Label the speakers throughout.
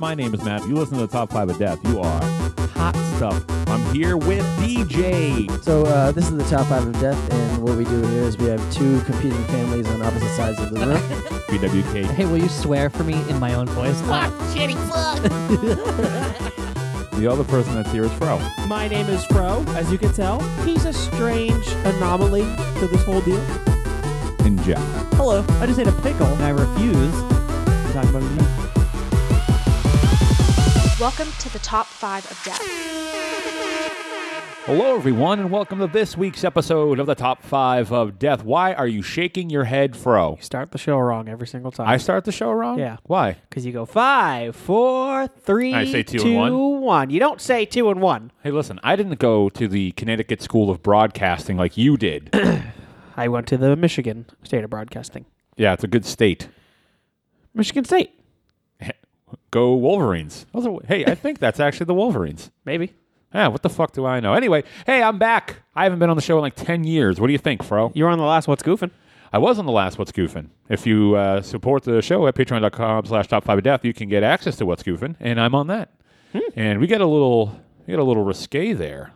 Speaker 1: My name is Matt. You listen to the top five of death. You are hot stuff. I'm here with DJ.
Speaker 2: So uh, this is the top five of death, and what we do here is we have two competing families on opposite sides of the room.
Speaker 1: BWK.
Speaker 3: Hey, will you swear for me in my own voice? Uh,
Speaker 1: The other person that's here is Fro.
Speaker 4: My name is Fro, as you can tell. He's a strange anomaly to this whole deal.
Speaker 1: And Jack.
Speaker 4: Hello. I just ate a pickle and I refuse to talk about it.
Speaker 5: Welcome to the top five of death.
Speaker 1: Hello, everyone, and welcome to this week's episode of the Top Five of Death. Why are you shaking your head, Fro?
Speaker 4: Start the show wrong every single time.
Speaker 1: I start the show wrong?
Speaker 4: Yeah.
Speaker 1: Why?
Speaker 4: Because you go five, four, three,
Speaker 1: I say two and one.
Speaker 4: one. You don't say two and one.
Speaker 1: Hey, listen, I didn't go to the Connecticut School of Broadcasting like you did.
Speaker 4: I went to the Michigan State of Broadcasting.
Speaker 1: yeah, it's a good state.
Speaker 4: Michigan State,
Speaker 1: Go Wolverines. Those are- hey, I think that's actually the Wolverines.
Speaker 4: maybe.
Speaker 1: Yeah, Ah, what the fuck do I know? Anyway, hey, I'm back. I haven't been on the show in like 10 years. What do you think, Fro?
Speaker 4: You were on the last What's Goofing.
Speaker 1: I was on the last What's Goofin'. If you uh, support the show at patreon.com slash top five of death, you can get access to What's Goofin', and I'm on that.
Speaker 4: Hmm.
Speaker 1: And we got a little we got a little risque there.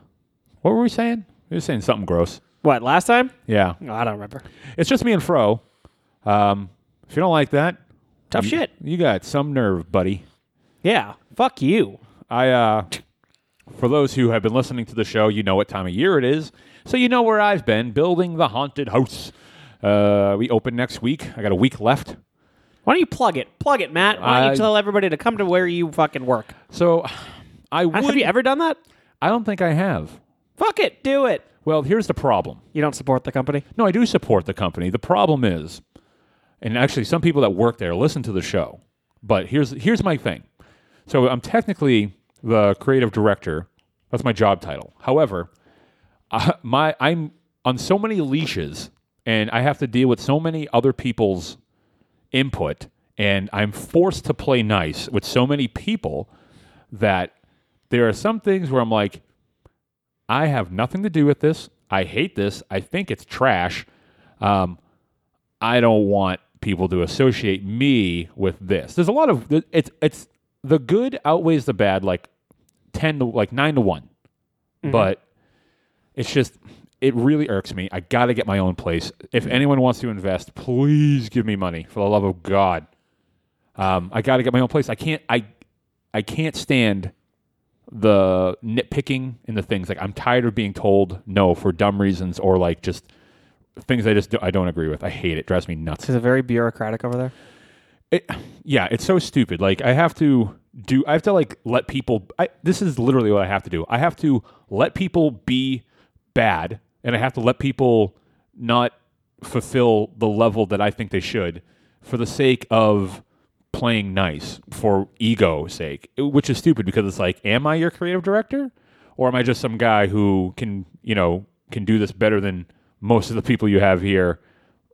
Speaker 1: What were we saying? We were saying something gross.
Speaker 4: What, last time?
Speaker 1: Yeah.
Speaker 4: No, I don't remember.
Speaker 1: It's just me and Fro. Um, if you don't like that,
Speaker 4: Tough shit.
Speaker 1: you got some nerve, buddy.
Speaker 4: Yeah. Fuck you.
Speaker 1: I uh for those who have been listening to the show, you know what time of year it is. So you know where I've been, building the haunted house. Uh, we open next week. I got a week left.
Speaker 4: Why don't you plug it? Plug it, Matt. Why don't
Speaker 1: I-
Speaker 4: you tell everybody to come to where you fucking work?
Speaker 1: So I would
Speaker 4: Have you ever done that?
Speaker 1: I don't think I have.
Speaker 4: Fuck it. Do it.
Speaker 1: Well, here's the problem.
Speaker 4: You don't support the company?
Speaker 1: No, I do support the company. The problem is and actually some people that work there listen to the show. But here's here's my thing. So I'm technically the creative director. That's my job title. However, uh, my I'm on so many leashes and I have to deal with so many other people's input and I'm forced to play nice with so many people that there are some things where I'm like I have nothing to do with this. I hate this. I think it's trash. Um, I don't want people to associate me with this. There's a lot of it's it's the good outweighs the bad like 10 to like 9 to one But it's just it really irks me. I got to get my own place. If anyone wants to invest, please give me money for the love of God. Um, I got to get my own place. I can't I I can't stand the nitpicking and the things like I'm tired of being told no for dumb reasons or like just things I just do, I don't agree with. I hate it. Drives me nuts.
Speaker 4: Is it very bureaucratic over there?
Speaker 1: It, yeah, it's so stupid. Like I have to do I have to like let people I, this is literally what I have to do. I have to let people be bad and I have to let people not fulfill the level that I think they should for the sake of playing nice for ego's sake, which is stupid because it's like, am I your creative director, or am I just some guy who can you know can do this better than most of the people you have here?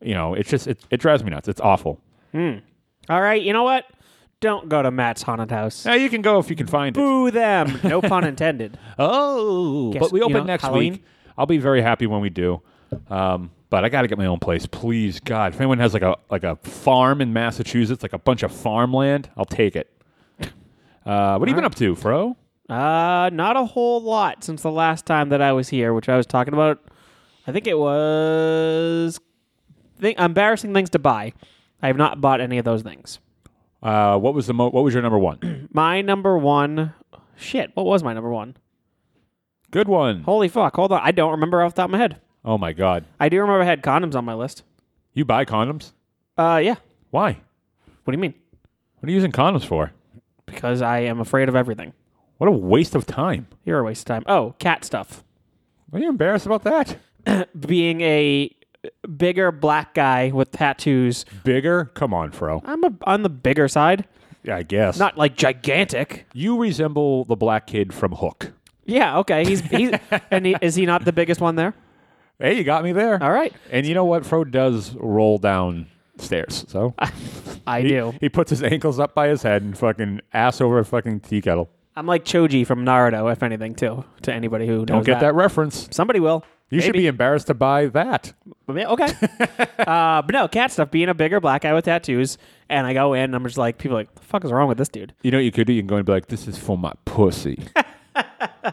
Speaker 1: You know, it's just it, it drives me nuts. It's awful.
Speaker 4: All right, you know what? Don't go to Matt's haunted house.
Speaker 1: Now you can go if you can find it.
Speaker 4: Boo them. No pun intended.
Speaker 1: Oh,
Speaker 4: Guess-
Speaker 1: but we
Speaker 4: you
Speaker 1: open
Speaker 4: know,
Speaker 1: next
Speaker 4: Halloween?
Speaker 1: week. I'll be very happy when we do. Um, but I got to get my own place, please, God. If anyone has like a like a farm in Massachusetts, like a bunch of farmland, I'll take it. Uh, what have you been up to, Fro?
Speaker 4: Uh, not a whole lot since the last time that I was here, which I was talking about. I think it was think embarrassing things to buy. I have not bought any of those things.
Speaker 1: Uh, what was the mo- what was your number one?
Speaker 4: My number one, shit. What was my number one?
Speaker 1: Good one.
Speaker 4: Holy fuck! Hold on, I don't remember off the top of my head.
Speaker 1: Oh my God,
Speaker 4: I do remember I had condoms on my list.
Speaker 1: you buy condoms?
Speaker 4: Uh, yeah.
Speaker 1: Why?
Speaker 4: What do you mean?
Speaker 1: What are you using condoms for?
Speaker 4: Because I am afraid of everything.
Speaker 1: What a waste of time.
Speaker 4: You're a waste of time. Oh, cat stuff.
Speaker 1: Are you embarrassed about that?
Speaker 4: being a bigger black guy with tattoos,
Speaker 1: Bigger? Come on, Fro.
Speaker 4: I'm a, on the bigger side.
Speaker 1: Yeah, I guess.
Speaker 4: Not like gigantic.
Speaker 1: you resemble the black kid from Hook.
Speaker 4: Yeah, okay. He's he's and he, is he not the biggest one there?
Speaker 1: Hey, you got me there.
Speaker 4: All right,
Speaker 1: And you know what? Fro does roll down stairs. So
Speaker 4: I
Speaker 1: he,
Speaker 4: do.
Speaker 1: he puts his ankles up by his head and fucking ass over a fucking tea kettle.
Speaker 4: I'm like Choji from Naruto, if anything, too. To anybody who knows
Speaker 1: Don't get that, reference.
Speaker 4: Somebody will.
Speaker 1: You should
Speaker 4: Maybe.
Speaker 1: be embarrassed to buy that.
Speaker 4: But yeah, okay. uh, but no, cat stuff. Being a bigger black guy with tattoos, and I go in, and I'm just like, people are like, the fuck is wrong with this dude?
Speaker 1: You know what you could do? You can go and be like, this is for my pussy.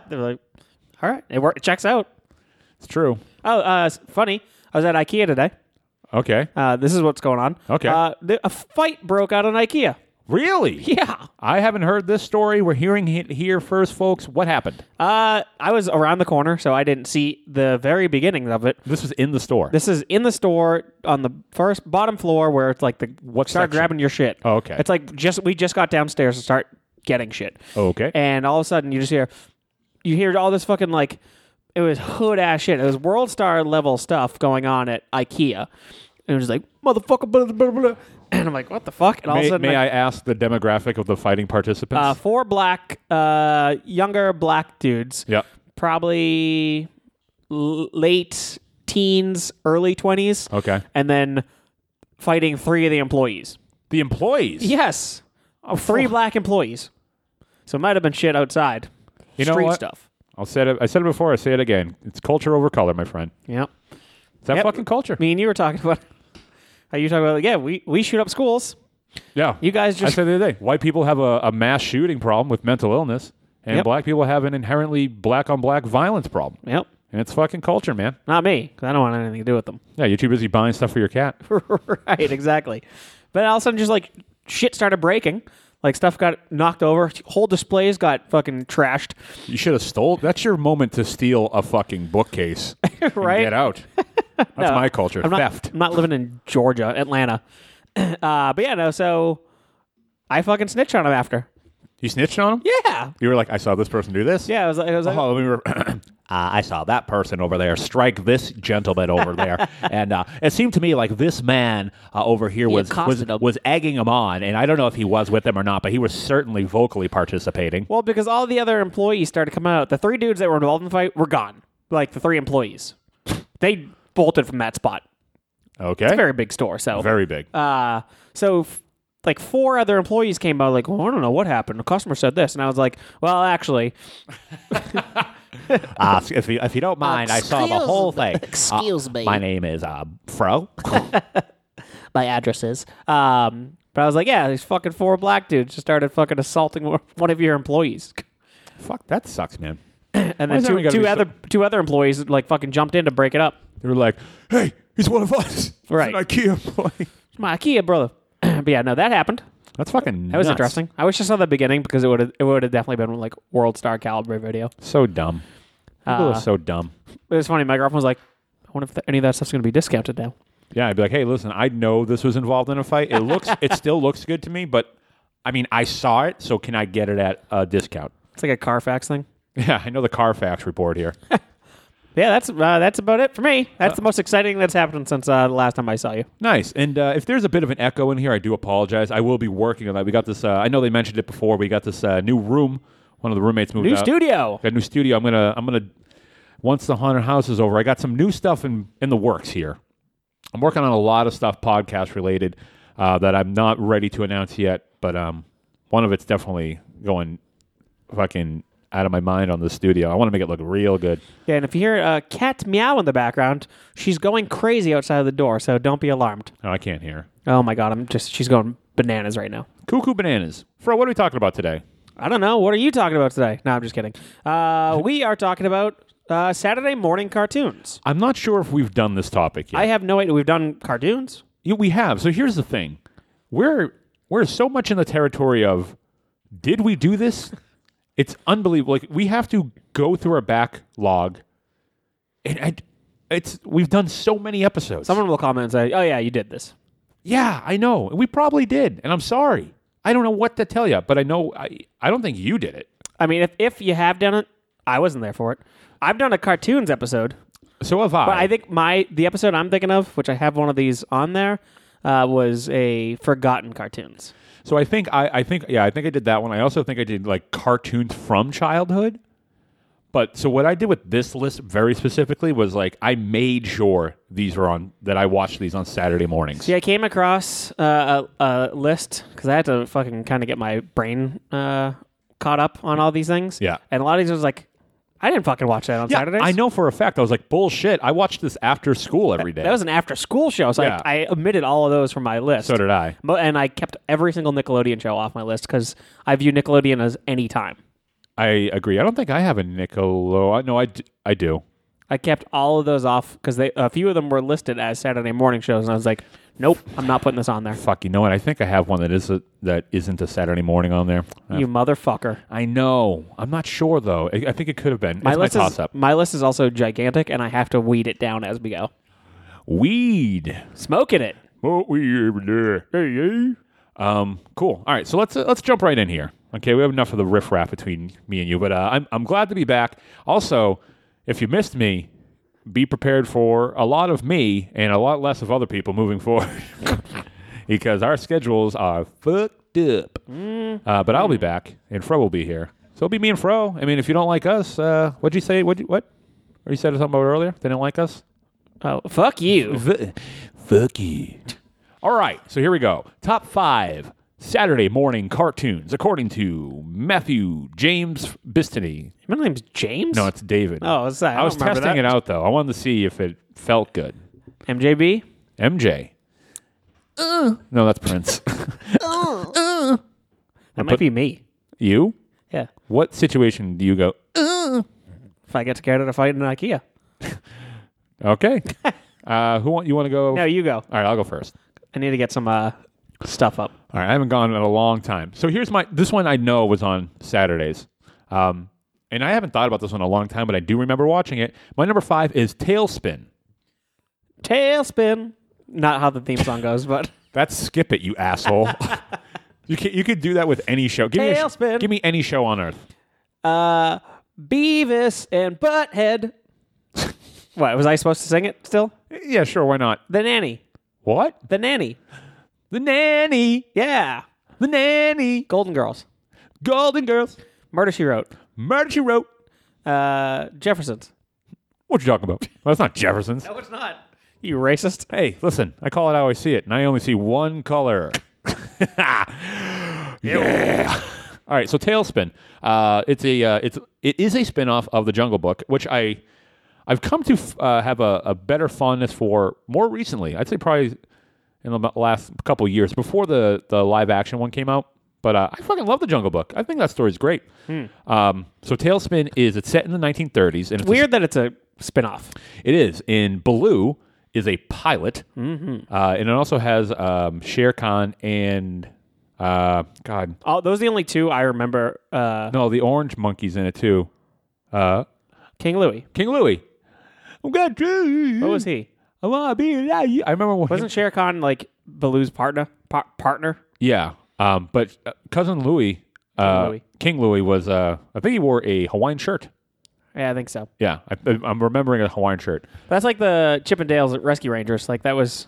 Speaker 4: They're like, all right, it works. It checks out.
Speaker 1: it's true.
Speaker 4: Oh, uh, s- funny. I was at IKEA today.
Speaker 1: Okay.
Speaker 4: Uh, this is what's going on.
Speaker 1: Okay.
Speaker 4: Uh, th- a fight broke out in IKEA.
Speaker 1: Really?
Speaker 4: Yeah.
Speaker 1: I haven't heard this story. We're hearing it here first, folks. What happened?
Speaker 4: Uh, I was around the corner, so I didn't see the very beginning of it.
Speaker 1: This was in the store.
Speaker 4: This is in the store on the first bottom floor where it's like the
Speaker 1: What
Speaker 4: start
Speaker 1: section?
Speaker 4: grabbing your shit.
Speaker 1: Oh, okay.
Speaker 4: It's like just we just got downstairs to start getting shit.
Speaker 1: okay.
Speaker 4: And all of a sudden you just hear you hear all this fucking like it was hood ass shit. It was world star level stuff going on at IKEA. And it was like motherfucker blah, blah, blah, blah. and I'm like, what the fuck? And all of a
Speaker 1: may
Speaker 4: sudden
Speaker 1: may
Speaker 4: like,
Speaker 1: I ask the demographic of the fighting participants?
Speaker 4: uh, four black, uh, younger black dudes.
Speaker 1: Yep.
Speaker 4: Probably l- late teens, early 20s.
Speaker 1: Okay.
Speaker 4: And then fighting three of the employees.
Speaker 1: the employees.
Speaker 4: Yes. three black employees. So it might have been shit outside.
Speaker 1: You know
Speaker 4: Street
Speaker 1: what?
Speaker 4: stuff.
Speaker 1: I'll say it. I said it before. I say it again. It's culture over color, my friend.
Speaker 4: Yep.
Speaker 1: It's that
Speaker 4: Yep.
Speaker 1: fucking culture.
Speaker 4: Me and you were talking about how you talking about, like, yeah, we, we shoot up schools.
Speaker 1: yeah.
Speaker 4: You guys
Speaker 1: I
Speaker 4: just.
Speaker 1: said the other day, white people have a, a mass shooting problem with mental illness, and
Speaker 4: Yep.
Speaker 1: black people have an inherently black on black violence problem.
Speaker 4: yep.
Speaker 1: And it's fucking culture, man.
Speaker 4: Not me, 'cause I don't want anything to do with them.
Speaker 1: Yeah, you're too busy buying stuff for your cat.
Speaker 4: right, exactly. But all of a sudden, just like shit started breaking. Like stuff got knocked over. Whole displays got fucking trashed.
Speaker 1: You should have stole. That's your moment to steal a fucking bookcase. and
Speaker 4: Right?
Speaker 1: get out. That's my culture.
Speaker 4: I'm not.
Speaker 1: Theft.
Speaker 4: I'm not living in Georgia, Atlanta. Uh, but yeah, no. So I fucking snitched on him after.
Speaker 1: You snitched on him?
Speaker 4: Yeah.
Speaker 1: You were like, I saw this person do this.
Speaker 4: Yeah. I was like, I was like,
Speaker 1: Oh, let me re- uh, I saw that person over there strike this gentleman over there, and uh, it seemed to me like this man uh, over here was was,
Speaker 3: accosted him.
Speaker 1: was egging him on, and I don't know if he was with them or not, but he was certainly vocally participating.
Speaker 4: well, because all the other employees started coming out. The three dudes that were involved in the fight were gone. Like the three employees, they bolted from that spot.
Speaker 1: Okay,
Speaker 4: Very big store. So
Speaker 1: very big.
Speaker 4: Uh, so, f- like, four other employees came by, like, well, I don't know what happened. The customer said this. And I was like, well, actually,
Speaker 1: Uh, if you if you don't mind, I saw the
Speaker 3: Excuse-
Speaker 1: whole thing. Uh,
Speaker 3: excuse me.
Speaker 1: My name is uh, Fro.
Speaker 3: My addresses.
Speaker 4: um, but I was like, yeah, these fucking four black dudes just started fucking assaulting one- one of your employees.
Speaker 1: Fuck, that sucks, man.
Speaker 4: And
Speaker 1: Why
Speaker 4: then
Speaker 1: is everyone
Speaker 4: two,
Speaker 1: gotta
Speaker 4: two
Speaker 1: be
Speaker 4: other two other employees like fucking jumped in to break it up.
Speaker 1: They were like, "Hey, he's one of us." He's
Speaker 4: Right.
Speaker 1: an IKEA employee.
Speaker 4: It's my IKEA brother. but yeah, no, that happened.
Speaker 1: That's fucking.
Speaker 4: That was interesting. I wish I saw the beginning because it would have it would have definitely been like world star caliber video.
Speaker 1: So dumb. People
Speaker 4: Uh,
Speaker 1: are so dumb.
Speaker 4: It was funny. My girlfriend was like, "I wonder if th- any of that stuff's going to be discounted now."
Speaker 1: Yeah, I'd be like, hey, listen, I know this was involved in a fight. It looks, it still looks good to me, but I mean, I saw it, so can I get it at a discount?
Speaker 4: It's like a Carfax thing.
Speaker 1: Yeah, I know the Carfax report here.
Speaker 4: Yeah, that's uh, that's about it for me. That's the most exciting that's happened since uh, the last time I saw you.
Speaker 1: nice. And uh, if there's a bit of an echo in here, I do apologize. I will be working on that. We got this. Uh, I know they mentioned it before. We got this uh, new room. One of the roommates moved
Speaker 4: New
Speaker 1: out.
Speaker 4: studio.
Speaker 1: Got a new studio. I'm gonna. I'm gonna. Once the haunted house is over, I got some new stuff in in the works here. I'm working on a lot of stuff podcast related uh, that I'm not ready to announce yet, but um, one of it's definitely going fucking out of my mind on the studio. I want to make it look real good.
Speaker 4: Yeah, and if you hear a cat meow in the background, she's going crazy outside the door, so don't be alarmed.
Speaker 1: No, I can't hear.
Speaker 4: Oh my god, I'm just she's going bananas right now.
Speaker 1: Cuckoo bananas. Fro, what are we talking about today?
Speaker 4: I don't know. What are you talking about today? No, I'm just kidding. Uh, we are talking about uh, Saturday morning cartoons.
Speaker 1: I'm not sure if we've done this topic yet.
Speaker 4: I have no idea. We've done cartoons.
Speaker 1: Yeah, we have. So here's the thing. We're we're so much in the territory of did we do this? It's unbelievable. Like we have to go through our backlog and I, it's we've done so many episodes.
Speaker 4: Someone will comment and say, "Oh yeah, you did this."
Speaker 1: yeah, I know. We probably did, and I'm sorry. I don't know what to tell you, but I know I, I don't think you did it.
Speaker 4: I mean, if if you have done it, I wasn't there for it. I've done a cartoons episode.
Speaker 1: So have I.
Speaker 4: But I think my the episode I'm thinking of, which I have one of these on there, uh, was a forgotten cartoons.
Speaker 1: so I think I, I think yeah, I think I did that one. I also think I did like cartoons from childhood. But so what I did with this list very specifically was like I made sure these were on that I watched these on Saturday mornings.
Speaker 4: Yeah, I came across uh, a, a list because I had to fucking kind of get my brain uh, caught up on all these things.
Speaker 1: Yeah.
Speaker 4: and a lot of these was like I didn't fucking watch that on
Speaker 1: Yeah,
Speaker 4: Saturdays.
Speaker 1: I know for a fact. I was like, bullshit. I watched this after school every day.
Speaker 4: That was an after school show, so
Speaker 1: Yeah.
Speaker 4: I, I omitted all of those from my list.
Speaker 1: so did I.
Speaker 4: Mo- and I kept every single Nickelodeon show off my list because I view Nickelodeon as any time.
Speaker 1: I agree. I don't think I have a Nickelodeon. No, I, d- I do.
Speaker 4: I kept all of those off because they a few of them were listed as Saturday morning shows, and I was like, nope, I'm not putting this on there.
Speaker 1: Fuck, you know what? I think I have one that is a, that isn't a Saturday morning on there. Uh,
Speaker 4: You motherfucker.
Speaker 1: I know. I'm not sure though. I, I think it could have been.
Speaker 4: My
Speaker 1: it's
Speaker 4: list
Speaker 1: my toss
Speaker 4: is
Speaker 1: up.
Speaker 4: my list is also gigantic, and I have to weed it down as we go.
Speaker 1: Weed.
Speaker 4: Smoking it.
Speaker 1: What we ever do. Hey, hey. Um, cool. All right, so let's uh, let's jump right in here. Okay, we have enough of the riff raff between me and you, but uh, I'm I'm glad to be back. Also, if you missed me, be prepared for a lot of me and a lot less of other people moving forward, because our schedules are fucked up. Uh, but I'll be back, and Fro will be here. So it'll be me and Fro. I mean, if you don't like us, uh, what'd you say? What what? Or you said something about earlier? They didn't like us.
Speaker 4: Oh, fuck you.
Speaker 1: Fuck you. All right, so here we go. Top five Saturday morning cartoons according to Matthew James Bistany.
Speaker 4: My name's James.
Speaker 1: No, it's David.
Speaker 4: Oh, it's that. I
Speaker 1: I was
Speaker 4: don't remember
Speaker 1: testing
Speaker 4: that.
Speaker 1: it out though. I wanted to see if it felt good.
Speaker 4: MJB.
Speaker 1: MJ. No, that's Prince.
Speaker 4: That might
Speaker 1: put-
Speaker 4: be me.
Speaker 1: you?
Speaker 4: Yeah.
Speaker 1: What situation do you go?
Speaker 4: If I get scared at a fight in IKEA.
Speaker 1: Okay. Uh, who want you want to go?
Speaker 4: No, you go.
Speaker 1: All right, I'll go first.
Speaker 4: I need to get some uh, stuff up.
Speaker 1: All right, I haven't gone in a long time. So here's my this one I know was on Saturdays, um, and I haven't thought about this one in a long time, but I do remember watching it. My number five is Tailspin.
Speaker 4: Tailspin. Not how the theme song goes, but
Speaker 1: That's skip it, you asshole. you can, you could do that with any show. Give Me a
Speaker 4: Tailspin.
Speaker 1: sh- give me any show on earth.
Speaker 4: uh, Beavis and Butthead. what was I supposed to sing it? Still
Speaker 1: Yeah, sure, why not?
Speaker 4: the nanny,
Speaker 1: What?
Speaker 4: the nanny.
Speaker 1: The nanny,
Speaker 4: Yeah,
Speaker 1: the nanny,
Speaker 4: Golden Girls,
Speaker 1: Golden Girls,
Speaker 4: Murder She Wrote,
Speaker 1: Murder She Wrote.
Speaker 4: uh, Jeffersons.
Speaker 1: What you talking about? Well, that's not Jefferson's.
Speaker 4: No, it's not. You racist.
Speaker 1: Hey, listen, I call it how I see it, and I only see one color. yeah. All right, so Tailspin. Uh, it's a uh, it's it is a spin-off of the Jungle Book, which I I've come to f- uh, have a, a better fondness for more recently. I'd say probably in the m- last couple of years before the the live action one came out. But uh, I fucking love the Jungle Book. I think that story's great. Um, so Tailspin is it's set in the 1930s, and it's a
Speaker 4: Weird that it's a spin-off.
Speaker 1: it is. And Baloo is a pilot. Mm-hmm. Uh, and it also has um, Shere Khan and, uh, God,
Speaker 4: Oh, those are the only two I remember. Uh,
Speaker 1: no, the orange monkey's in it too. Uh,
Speaker 4: King Louis.
Speaker 1: King Louis. I'm glad to.
Speaker 4: What was he?
Speaker 1: I want to be like you. I remember when.
Speaker 4: Wasn't Shere Khan like Baloo's partner? Par- partner?
Speaker 1: yeah. Um, but uh, Cousin Louis, uh,
Speaker 4: Louis.
Speaker 1: King Louis was, uh, I think he wore a Hawaiian shirt.
Speaker 4: Yeah, I think so.
Speaker 1: Yeah. I, I'm remembering a Hawaiian shirt.
Speaker 4: That's like the Chippendales Rescue Rangers. Like that was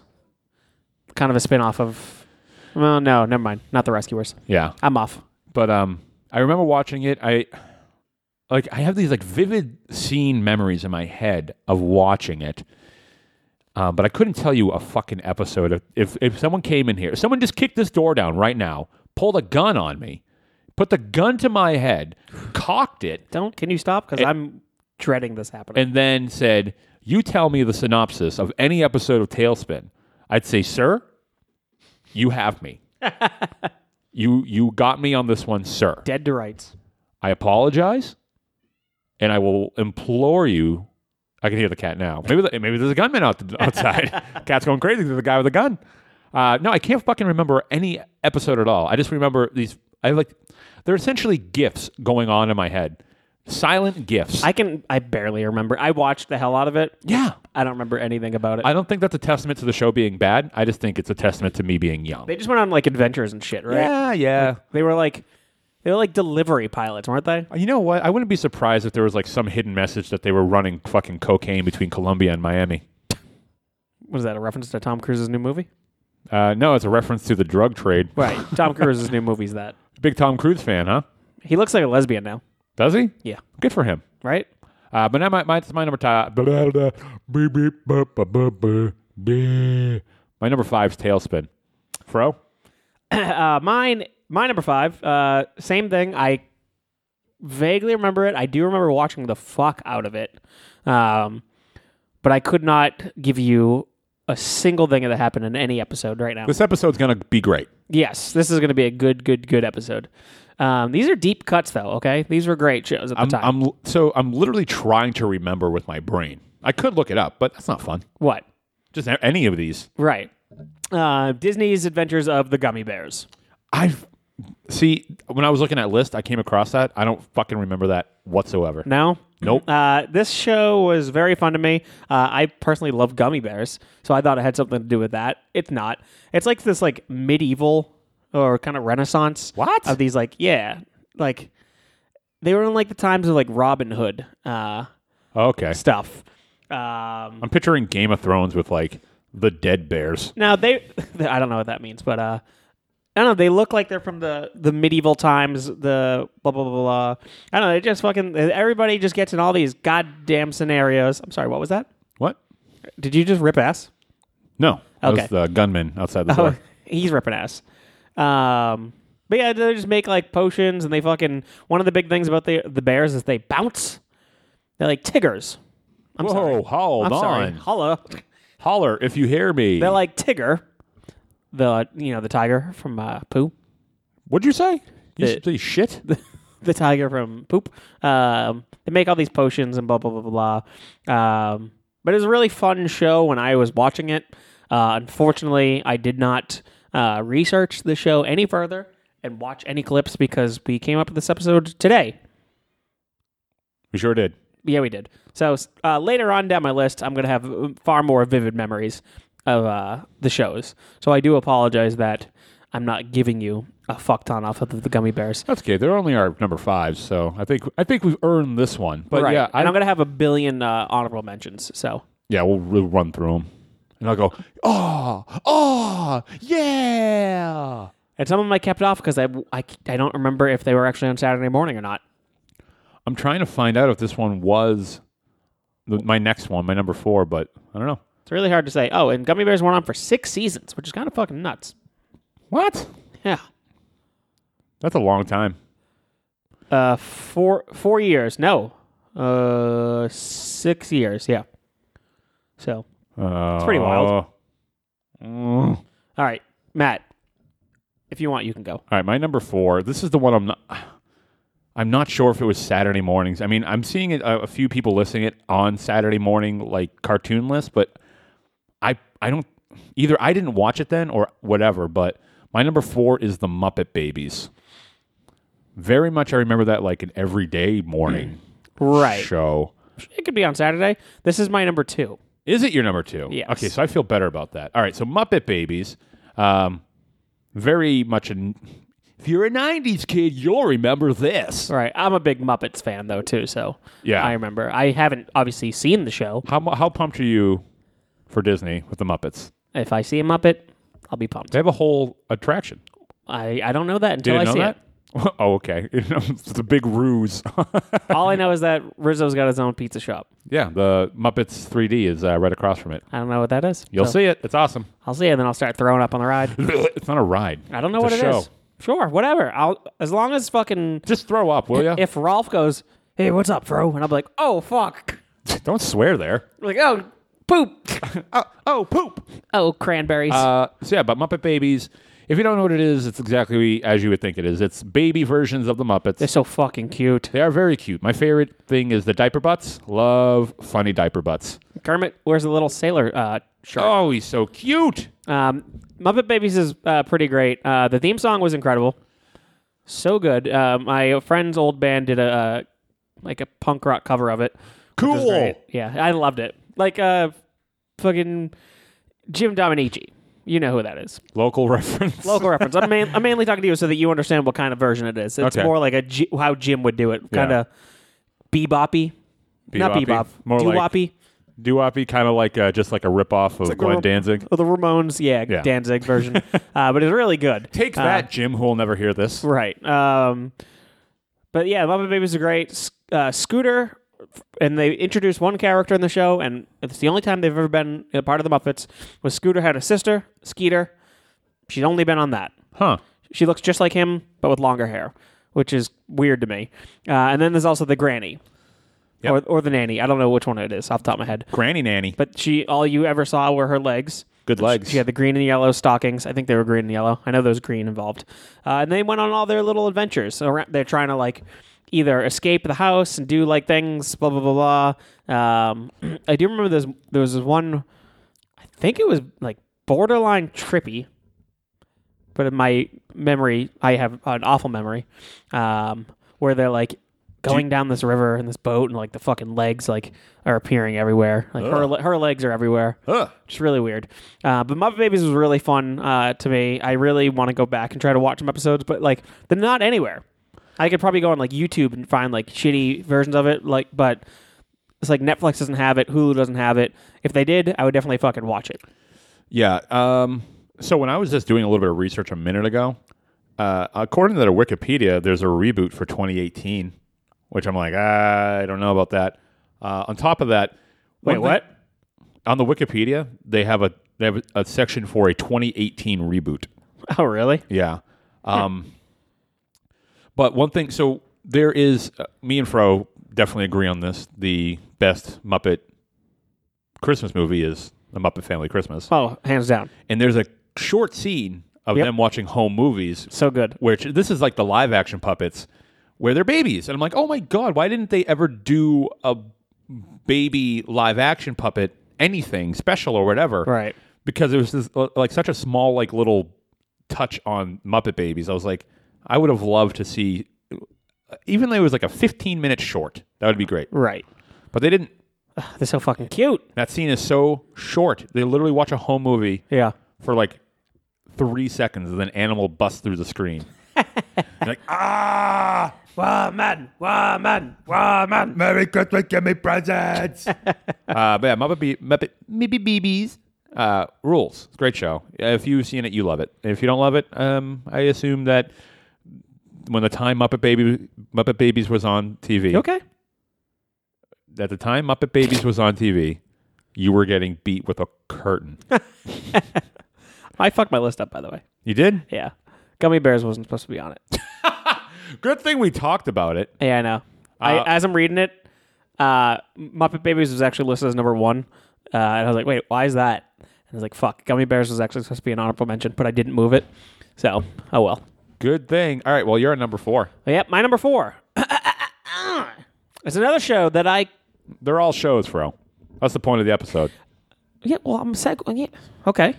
Speaker 4: kind of a spin-off of. Well, no, never mind. Not the Rescuers.
Speaker 1: Yeah.
Speaker 4: I'm off.
Speaker 1: but um i remember watching it i like i have these like vivid scene memories in my head of watching it um, but i couldn't tell you a fucking episode of, if if someone came in here if someone just kicked this door down right now pulled a gun on me put the gun to my head cocked it
Speaker 4: Don't. Can you stop? Because I'm dreading this happening.
Speaker 1: and then said you tell me the synopsis of any episode of tailspin i'd say sir you have me you you got me on this one sir
Speaker 4: Dead to rights.
Speaker 1: I apologize, and I will implore you. I can hear the cat now. Maybe the, maybe there's a gunman out outside. Cat's going crazy. There's a guy with a gun. Uh, no, I can't fucking remember any episode at all. I just remember these. I like they're essentially gifs going on in my head, silent gifs.
Speaker 4: I can. I barely remember. I watched the hell out of it.
Speaker 1: yeah,
Speaker 4: I don't remember anything about it.
Speaker 1: I don't think that's a testament to the show being bad. I just think it's a testament to me being young.
Speaker 4: they just went on like adventures and shit, right?
Speaker 1: Yeah, yeah.
Speaker 4: They were like, they were like delivery pilots, weren't they?
Speaker 1: You know what? I wouldn't be surprised if there was like some hidden message that they were running fucking cocaine between Colombia and Miami.
Speaker 4: Was that a reference to Tom Cruise's new movie?
Speaker 1: Uh, no, it's a reference to the drug trade.
Speaker 4: Right. Tom Cruise's new movie's that.
Speaker 1: Big Tom Cruise fan, huh?
Speaker 4: He looks like a lesbian now,
Speaker 1: Does he?
Speaker 4: Yeah.
Speaker 1: Good for him.
Speaker 4: right?
Speaker 1: Uh, but now my, my, my number five. My number five's Tailspin. Fro?
Speaker 4: Uh, mine, my number five. Uh, same thing. I vaguely remember it. I do remember watching the fuck out of it, um, but I could not give you a single thing that happened in any episode right now.
Speaker 1: This episode's gonna be great.
Speaker 4: yes, this is going to be a good, good, good episode. Um, these are deep cuts, though. Okay, these were great shows at the
Speaker 1: I'm,
Speaker 4: time.
Speaker 1: I'm so I'm literally trying to remember with my brain. I could look it up, but that's not fun.
Speaker 4: what?
Speaker 1: Just a- any of these.
Speaker 4: Right. Uh, Disney's Adventures of the Gummy Bears.
Speaker 1: I see when I was looking at list, I came across that. I don't fucking remember that whatsoever.
Speaker 4: No?
Speaker 1: Nope.
Speaker 4: Uh, this show was very fun to me. Uh, I personally love gummy bears, so I thought it had something to do with that. It's not. It's like this like medieval or kind of renaissance.
Speaker 1: What?
Speaker 4: Of these like yeah, like they were in like the times of like Robin Hood uh,
Speaker 1: Okay.
Speaker 4: stuff. Um,
Speaker 1: I'm picturing Game of Thrones with like the dead bears.
Speaker 4: Now they, I don't know what that means, but uh, I don't know. They look like they're from the the medieval times. The blah blah blah blah. I don't know. They just fucking everybody just gets in all these goddamn scenarios. I'm sorry. What was that?
Speaker 1: What?
Speaker 4: Did you just rip ass?
Speaker 1: No. That
Speaker 4: Okay. Oh,
Speaker 1: was the gunman outside the door.
Speaker 4: he's ripping ass. Um, but yeah, they just make like potions, and they fucking one of the big things about the the bears is they bounce. They're like tiggers. I'm
Speaker 1: Whoa,
Speaker 4: sorry.
Speaker 1: hold
Speaker 4: I'm
Speaker 1: on.
Speaker 4: sorry. Holla.
Speaker 1: Holler if you hear me.
Speaker 4: They're like Tigger, the you know the tiger from uh, Pooh.
Speaker 1: What'd you say? You
Speaker 4: The-
Speaker 1: say shit?
Speaker 4: the tiger from poop. Um, they make all these potions and blah blah blah blah. blah. Um, but it was a really fun show when I was watching it. Uh, unfortunately, I did not uh, research the show any further and watch any clips because we came up with this episode today.
Speaker 1: we sure did.
Speaker 4: Yeah, we did. So uh, later on down my list, I'm going to have uh, far more vivid memories of uh, the shows. So I do apologize that I'm not giving you a fuck ton off of the gummy bears.
Speaker 1: That's okay. They're only our number five, so I think I think we've earned this one. But
Speaker 4: Right.
Speaker 1: yeah, I
Speaker 4: and I'm going to have a billion uh, honorable mentions. So
Speaker 1: yeah, we'll, we'll run through them, and I'll go, oh, oh, yeah.
Speaker 4: And some of them I kept off because I, I, I don't remember if they were actually on Saturday morning or not.
Speaker 1: I'm trying to find out if this one was the, my next one, my number four, but I don't know.
Speaker 4: It's really hard to say. Oh, and Gummy Bears went on for six seasons, which is kind of fucking nuts.
Speaker 1: What?
Speaker 4: Yeah.
Speaker 1: That's a long time.
Speaker 4: Uh, four four years. No. Uh, six years. Yeah. So,
Speaker 1: Uh,
Speaker 4: pretty wild.
Speaker 1: mm. All
Speaker 4: all right, Matt. If you want, you can go.
Speaker 1: right, my number four. This is the one I'm not. I'm not sure if it was Saturday mornings. I mean, I'm seeing it, a, a few people listing it on Saturday morning, like cartoon list, but I I don't either. I didn't watch it then or whatever. But my number four is the Muppet Babies. Very much, I remember that like an everyday morning
Speaker 4: Right.
Speaker 1: show.
Speaker 4: It could be on Saturday. This is my number two.
Speaker 1: Is it your number two?
Speaker 4: Yes.
Speaker 1: Okay, so I feel better about that. All right, so Muppet Babies, um, very much an. If you're a '90s kid, you'll remember this.
Speaker 4: All right. I'm a big Muppets fan though too, so
Speaker 1: Yeah.
Speaker 4: I remember. I haven't obviously seen the show.
Speaker 1: How mu- how pumped are you for Disney with the Muppets?
Speaker 4: If I see a Muppet, I'll be pumped.
Speaker 1: They have a whole attraction.
Speaker 4: I, I don't know that until
Speaker 1: Didn't
Speaker 4: I
Speaker 1: know
Speaker 4: see it.
Speaker 1: that. Oh, okay. it's a big ruse.
Speaker 4: All I know is that Rizzo's got his own pizza shop.
Speaker 1: yeah, the Muppets 3D is uh, right across from it.
Speaker 4: I don't know what that is.
Speaker 1: You'll
Speaker 4: So,
Speaker 1: see it. It's awesome.
Speaker 4: I'll see it, and then I'll start throwing up on the ride.
Speaker 1: it's not a ride.
Speaker 4: I don't know
Speaker 1: It's
Speaker 4: what
Speaker 1: a
Speaker 4: it is.
Speaker 1: show.
Speaker 4: Sure, whatever. I'll as long as fucking
Speaker 1: Just throw up, will you?
Speaker 4: if Rolf goes, hey, what's up, bro? And I'm like, oh fuck,
Speaker 1: don't swear there.
Speaker 4: like oh poop,
Speaker 1: Oh, oh poop.
Speaker 4: Uh, oh cranberries.
Speaker 1: Uh, so yeah, but Muppet Babies. If you don't know what it is, it's exactly as you would think it is. It's baby versions of the Muppets.
Speaker 4: They're so fucking cute.
Speaker 1: they are very cute. My favorite thing is the diaper butts. Love funny diaper butts.
Speaker 4: Kermit wears a little sailor uh, shirt.
Speaker 1: Oh, he's so cute.
Speaker 4: Um, Muppet Babies is uh, pretty great. Uh, the theme song was incredible, so good. Uh, my friend's old band did a uh, like a punk rock cover of it. which was
Speaker 1: Cool.
Speaker 4: great. Yeah, I loved it. Like uh, fucking Jim Dominici. You know who that is.
Speaker 1: Local reference.
Speaker 4: Local reference. I'm, main, I'm mainly talking to you so that you understand what kind of version it is. It's
Speaker 1: Okay.
Speaker 4: more like a G- how Jim would do it, kind of beboppy, not
Speaker 1: Beboppy.
Speaker 4: bebop,
Speaker 1: More like-
Speaker 4: doo-woppy.
Speaker 1: Doo-woppy, kind of like uh, just like a ripoff of Glenn
Speaker 4: Ram-
Speaker 1: Danzig.
Speaker 4: Oh, the Ramones, yeah,
Speaker 1: Yeah.
Speaker 4: Danzig version, uh, but it's really good.
Speaker 1: Take
Speaker 4: Uh,
Speaker 1: that, Jim, who will never hear this.
Speaker 4: Right. Um, but yeah, Muppet Babies are great. S- Uh, Scooter, and they introduced one character in the show, and it's the only time they've ever been a part of the Muppets. Was Scooter had a sister, Skeeter. She's only been on that.
Speaker 1: Huh.
Speaker 4: She looks just like him, but with longer hair. which is weird to me. Uh, and then there's also the granny,
Speaker 1: Yep.
Speaker 4: or or the nanny. I don't know which one it is off the top of my head.
Speaker 1: Granny nanny.
Speaker 4: But she, all you ever saw were her legs.
Speaker 1: Good legs.
Speaker 4: She had the green and yellow stockings. I think they were green and yellow. I know there was green involved. Uh, and they went on all their little adventures. So ra- they're trying to like either escape the house and do like things, blah blah blah blah. Um, I do remember there's there was this one. I think it was like borderline trippy, but in my memory, I have an awful memory um, where they're like. Going down this river in this boat, and like the fucking legs like are appearing everywhere. Like her, le- her legs are everywhere
Speaker 1: Ugh.
Speaker 4: which is really weird. Uh, but Muppet Babies was really fun uh, to me. I really want to go back and try to watch some episodes, but like they're not anywhere. I could probably go on like YouTube and find like shitty versions of it, like but it's like Netflix doesn't have it, Hulu doesn't have it. If they did, I would definitely fucking watch it.
Speaker 1: Yeah. Um, so when I was just doing a little bit of research a minute ago, uh, according to their Wikipedia, there's a reboot for 2018, which I'm like, ah, I don't know about that. Uh, on top of that,
Speaker 4: Wait,
Speaker 1: one
Speaker 4: what?
Speaker 1: thing- on the Wikipedia, they have a they have a section for a 2018 reboot.
Speaker 4: Oh really?
Speaker 1: Yeah. Um, but one thing, so there is, uh, me and Fro definitely agree on this. The best Muppet Christmas movie is The Muppet Family Christmas.
Speaker 4: Oh, hands down,
Speaker 1: And there's a short scene of
Speaker 4: Yep.
Speaker 1: them watching home movies,
Speaker 4: so good.
Speaker 1: which this is like the live action puppets where they're babies. And I'm like, oh my God, why didn't they ever do a baby live action puppet anything special or whatever?
Speaker 4: Right.
Speaker 1: because it was this, uh, like such a small like little touch on Muppet Babies. I was like, I would have loved to see, uh, even though it was like a 15 minute short. That would be great.
Speaker 4: Right.
Speaker 1: But they didn't.
Speaker 4: They're so fucking cute.
Speaker 1: That scene is so short. They literally watch a home movie
Speaker 4: Yeah.
Speaker 1: for like three seconds, and then animal busts through the screen. You're like ah,
Speaker 4: Woman, woman, woman.
Speaker 1: Merry Christmas, give me presents. uh, but yeah, Muppet, Be- Muppet Maybe Babies uh, rules. It's a great show. If you've seen it, you love it. If you don't love it, um, I assume that when the time Muppet Baby Muppet Babies was on TV,
Speaker 4: You okay?
Speaker 1: at the time Muppet Babies was on TV, you were getting beat with a curtain.
Speaker 4: I fucked my list up by the way.
Speaker 1: you did.
Speaker 4: Yeah. Gummy bears wasn't supposed to be on it.
Speaker 1: Good thing we talked about it.
Speaker 4: Yeah, I know.
Speaker 1: Uh,
Speaker 4: I, as I'm reading it, uh, Muppet Babies was actually listed as number one, uh, and I was like, "Wait, why is that?" And I was like, "Fuck, Gummy Bears was actually supposed to be an honorable mention, but I didn't move it, so oh well."
Speaker 1: Good thing. All right. Well, you're at number four.
Speaker 4: But yep, my number four. it's another show that I.
Speaker 1: They're all shows, Fro. That's the point of the episode.
Speaker 4: Yeah, well, I'm seg. Yeah, okay,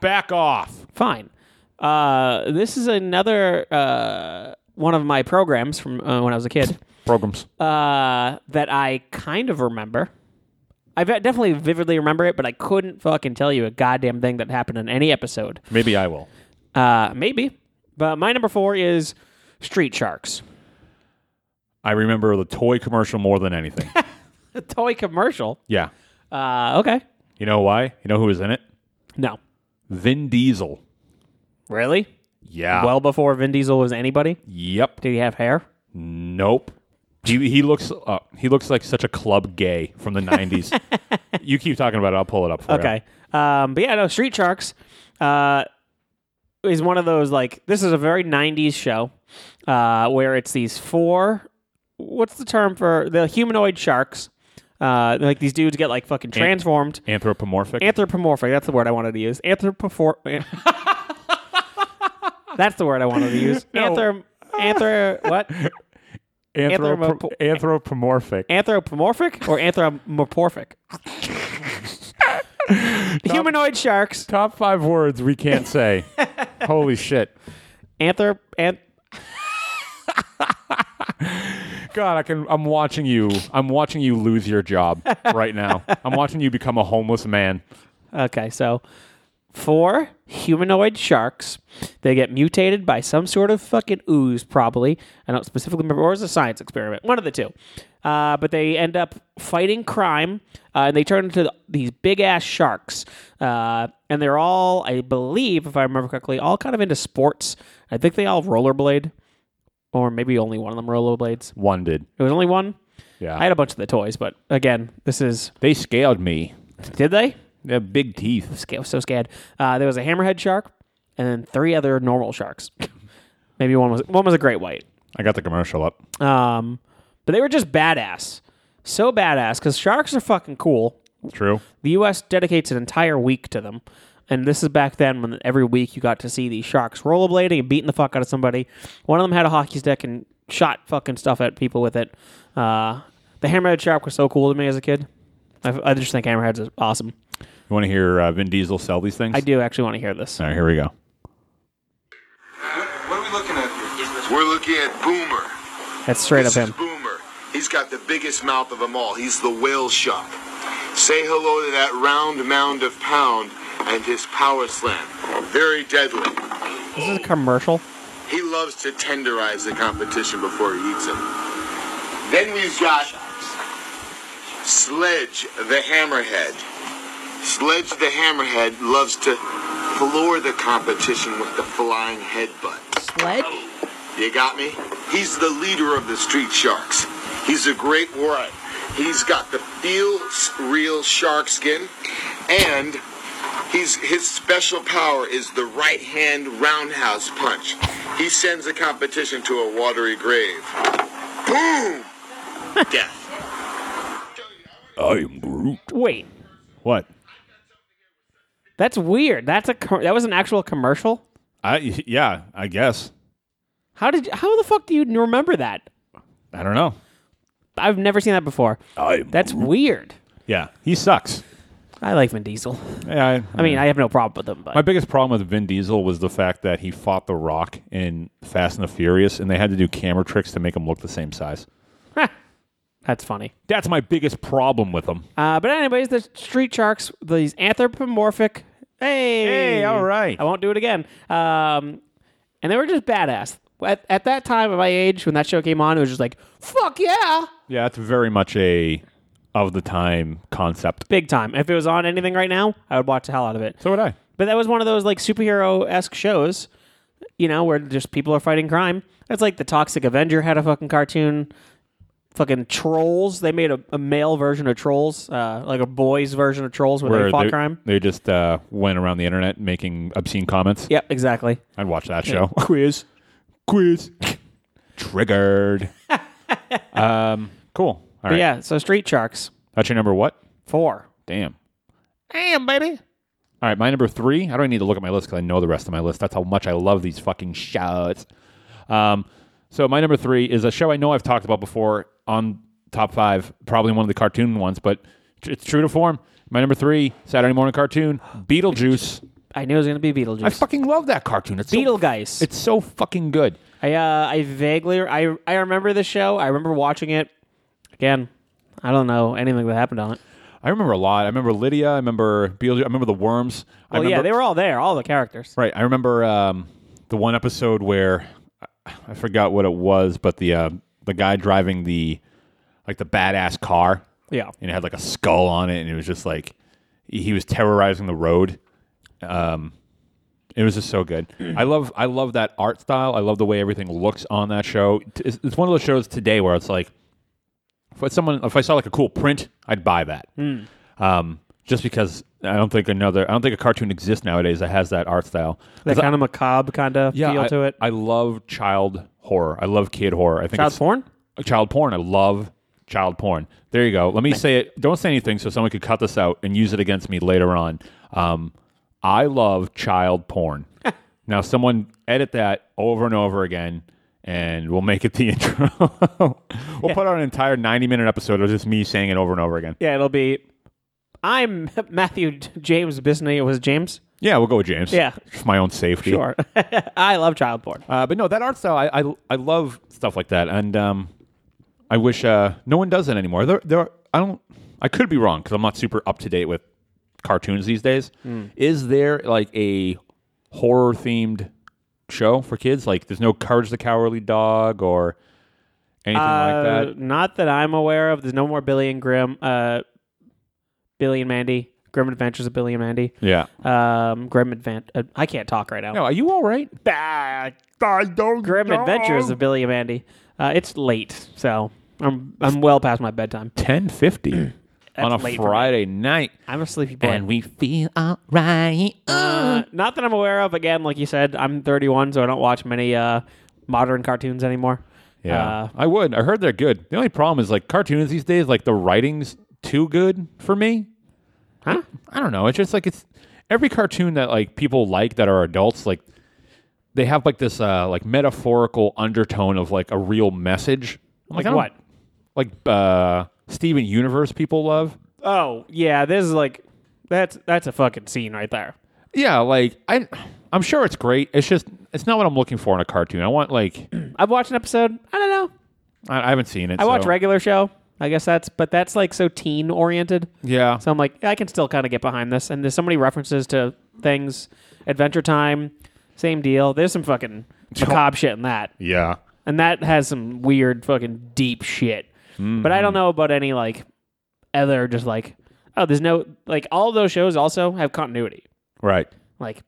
Speaker 1: Back off.
Speaker 4: fine. Uh, this is another uh, one of my programs from uh, when I was a kid.
Speaker 1: Programs.
Speaker 4: uh, that I kind of remember. I ve- definitely vividly remember it, but I couldn't fucking tell you a goddamn thing that happened in any episode.
Speaker 1: Maybe I will.
Speaker 4: Uh, maybe. But my number four is Street Sharks.
Speaker 1: I remember the toy commercial more than anything.
Speaker 4: A toy commercial.
Speaker 1: yeah.
Speaker 4: Uh, okay.
Speaker 1: You know why? You know who was in it?
Speaker 4: No.
Speaker 1: Vin Diesel.
Speaker 4: Really?
Speaker 1: Yeah.
Speaker 4: well before Vin Diesel was anybody?
Speaker 1: Yep.
Speaker 4: Did he have hair?
Speaker 1: Nope. He, he looks. Uh, he looks like such a club gay from the '90s. you keep talking about it. I'll pull it up for you.
Speaker 4: Okay. Um, but yeah, no, Street Sharks uh, is one of those like this is a very '90s show uh, where it's these four. What's the term for the humanoid sharks? Uh, like these dudes get like fucking transformed,
Speaker 1: Anthropomorphic.
Speaker 4: anthropomorphic. That's the word I wanted to use. Anthropomorphic. that's the word I wanted to use.
Speaker 1: No.
Speaker 4: Anthrop. Anthro. What?
Speaker 1: Anthropo-
Speaker 4: anthropo-
Speaker 1: anthropomorphic.
Speaker 4: Anthropomorphic or anthropomorphic? humanoid sharks.
Speaker 1: Top five words we can't say. Holy shit!
Speaker 4: Anthrop. Anth-
Speaker 1: God, I can. I'm watching you. I'm watching you lose your job right now. I'm watching you become a homeless man.
Speaker 4: Okay, so four humanoid sharks. They get mutated by some sort of fucking ooze, probably. I don't specifically remember, or it was a science experiment, one of the two. Uh, but they end up fighting crime, uh, and they turn into th- these big ass sharks. Uh, and they're all, I believe, if I remember correctly, all kind of into sports. I think they all rollerblade, or maybe only one of them rollerblades.
Speaker 1: One did.
Speaker 4: It was only one.
Speaker 1: Yeah.
Speaker 4: I had a bunch of the toys, but again, this is.
Speaker 1: they scaled me.
Speaker 4: Did they?
Speaker 1: They have big teeth.
Speaker 4: sca- was so scared. Uh, there was a hammerhead shark, and then three other normal sharks. Maybe one was one was a great white.
Speaker 1: I got the commercial up.
Speaker 4: Um, but they were just badass, so badass because sharks are fucking cool.
Speaker 1: True.
Speaker 4: The U.S. dedicates an entire week to them, and this is back then when every week you got to see these sharks rollerblading and beating the fuck out of somebody. One of them had a hockey stick and shot fucking stuff at people with it. Uh, the hammerhead shark was so cool to me as a kid. I, I just think hammerheads are awesome.
Speaker 1: You want to hear uh, Vin Diesel sell these things?
Speaker 4: I do actually want to hear this.
Speaker 1: All right, here we go.
Speaker 6: What are we looking at here?
Speaker 7: We're looking at Boomer.
Speaker 4: That's straight up
Speaker 7: this
Speaker 4: him.
Speaker 7: is Boomer. He's got the biggest mouth of them all. He's the whale shark. Say hello to that round mound of pound and his power slam. Very deadly.
Speaker 4: This is a commercial.
Speaker 7: He loves to tenderize the competition before he eats him. Then we've got Sledge the Hammerhead. Sledge the Hammerhead loves to floor the competition with the flying headbutt.
Speaker 3: Sledge?
Speaker 7: You got me? He's the leader of the Street Sharks. He's a great warrior. He's got the feels real shark skin, and he's his special power is the right hand roundhouse punch. He sends the competition to a watery grave. Boom! Death.
Speaker 1: I am Groot.
Speaker 4: Wait,
Speaker 1: What?
Speaker 4: that's weird. That's a com- that was an actual commercial.
Speaker 1: I yeah, I guess.
Speaker 4: How did you, how the fuck do you remember that?
Speaker 1: I don't know.
Speaker 4: I've never seen that before.
Speaker 1: I
Speaker 4: That's weird.
Speaker 1: yeah. He sucks.
Speaker 4: I like Vin Diesel.
Speaker 1: Yeah, I,
Speaker 4: I mean, I have no problem with him, but
Speaker 1: my biggest problem with Vin Diesel was the fact that he fought The Rock in Fast and the Furious, and they had to do camera tricks to make him look the same size.
Speaker 4: that's funny.
Speaker 1: That's my biggest problem with him.
Speaker 4: Uh, but anyways, the street sharks, these anthropomorphic. Hey,
Speaker 1: Hey, all right.
Speaker 4: I won't do it again. Um, and they were just badass. At, at that time of my age, when that show came on, it was just like, fuck yeah,
Speaker 1: Yeah, that's very much a of the time concept.
Speaker 4: big time. If it was on anything right now, I would watch the hell out of it.
Speaker 1: So would I.
Speaker 4: But that was one of those like superhero esque shows, you know, where just people are fighting crime. That's like the Toxic Avenger had a fucking cartoon. Fucking trolls. They made a, a male version of trolls, uh, like a boys version of trolls where, they fought
Speaker 1: they,
Speaker 4: crime.
Speaker 1: they just uh, went around the internet making obscene comments.
Speaker 4: Yep, exactly.
Speaker 1: I'd watch that show. Quiz. Quiz. Triggered. um, cool. All
Speaker 4: But
Speaker 1: right.
Speaker 4: yeah, so Street Sharks
Speaker 1: That's your number what?
Speaker 4: four.
Speaker 1: Damn. Damn, baby. All right, my number three. I don't need to look at my list because I know the rest of my list. That's how much I love these fucking shows. Um, so my number three is a show I know I've talked about before on top five, probably one of the cartoon ones, but tr- it's true to form. My number three, Saturday morning cartoon, Beetlejuice.
Speaker 4: I knew it was gonna be
Speaker 1: I
Speaker 4: Beetlejuice.
Speaker 1: fucking love that cartoon. It's so-
Speaker 4: Beetlejuice.
Speaker 1: it's so fucking good.
Speaker 4: I uh, I vaguely I I remember the show. I remember watching it. Again, I don't know anything that happened on it.
Speaker 1: I remember a lot. I remember Lydia. I remember Beetlejuice. I remember the worms. I
Speaker 4: Well,
Speaker 1: remember,
Speaker 4: yeah, they were all there, all the characters.
Speaker 1: right. I remember um, the one episode where I forgot what it was, but the uh, the guy driving the like the badass car
Speaker 4: Yeah.
Speaker 1: and it had like a skull on it, and it was just like he was terrorizing the road. Um, it was just so good. I love I love that art style. I love the way everything looks on that show. T- It's, it's one of those shows today where it's like if I- someone if I saw like a cool print, I'd buy that.
Speaker 4: Hmm.
Speaker 1: Um, just because I don't think another I don't think a cartoon exists nowadays that has that art style.
Speaker 4: That kind of macabre kind of feel
Speaker 1: I,
Speaker 4: to it.
Speaker 1: I love child horror. I love kid horror. I think
Speaker 4: Child
Speaker 1: it's-
Speaker 4: porn?
Speaker 1: child porn. I love child porn. There you go. Let me say it. Don't say anything so someone could cut this out and use it against me later on. Um, I love child porn. now, someone edit that over and over again, and we'll make it the intro. we'll put out an entire 90 minute episode of just me saying it over and over again.
Speaker 4: Yeah, it'll be. I'm Matthew J- James Bisney. It was James.
Speaker 1: Yeah, we'll go with James.
Speaker 4: Yeah.
Speaker 1: For my own safety.
Speaker 4: Sure. I love child porn.
Speaker 1: Uh, but no, that art style, I, I, I love stuff like that, and um, I wish uh, no one does that anymore. There, there, are, I don't. I could be wrong because I'm not super up to date with cartoons these days. Is there like a horror themed show for kids? Like, there's no Courage the Cowardly Dog or anything
Speaker 4: Uh,
Speaker 1: like that.
Speaker 4: Not that I'm aware of. There's no more Billy and Grim. Uh, Billy and Mandy. Grim Adventures of Billy and Mandy.
Speaker 1: Yeah.
Speaker 4: Um, Grim Advent. Uh, I can't talk right now.
Speaker 1: No, are you all right? I don't.
Speaker 4: Grim Adventures of Billy and Mandy. Uh, it's late, so I'm I'm well past my bedtime.
Speaker 1: Ten fifty on a
Speaker 4: late for me.
Speaker 1: Friday night,
Speaker 4: I'm a sleepy boy.
Speaker 1: and we feel all right.
Speaker 4: Uh, not that I'm aware of. Again, like you said, I'm 31, so I don't watch many uh, modern cartoons anymore.
Speaker 1: Yeah,
Speaker 4: Uh,
Speaker 1: I would. I heard they're good. The only problem is like cartoons these days, like the writing's too good for me.
Speaker 4: Huh?
Speaker 1: I don't know. It's just like it's every cartoon that like people like that are adults like they have like this uh like metaphorical undertone of like a real message. I'm
Speaker 4: Like
Speaker 1: I don't-
Speaker 4: what?
Speaker 1: Like uh Steven Universe people love.
Speaker 4: Oh yeah, this is like that's that's a fucking scene right there.
Speaker 1: Yeah, like I I'm sure it's great. It's just it's not what I'm looking for in a cartoon. I want like
Speaker 4: I've watched an episode. I don't know.
Speaker 1: I, I haven't seen it.
Speaker 4: I watch
Speaker 1: so-
Speaker 4: regular show. I guess that's but that's like so teen oriented.
Speaker 1: Yeah.
Speaker 4: So I'm like, I can still kind of get behind this. And there's so many references to things. Adventure Time, same deal. There's some fucking macabre shit in that.
Speaker 1: yeah.
Speaker 4: And that has some weird fucking deep shit. But
Speaker 1: Mm-hmm.
Speaker 4: I don't know about any like other just like, oh, there's no, like all those shows also have continuity.
Speaker 1: Right.
Speaker 4: Like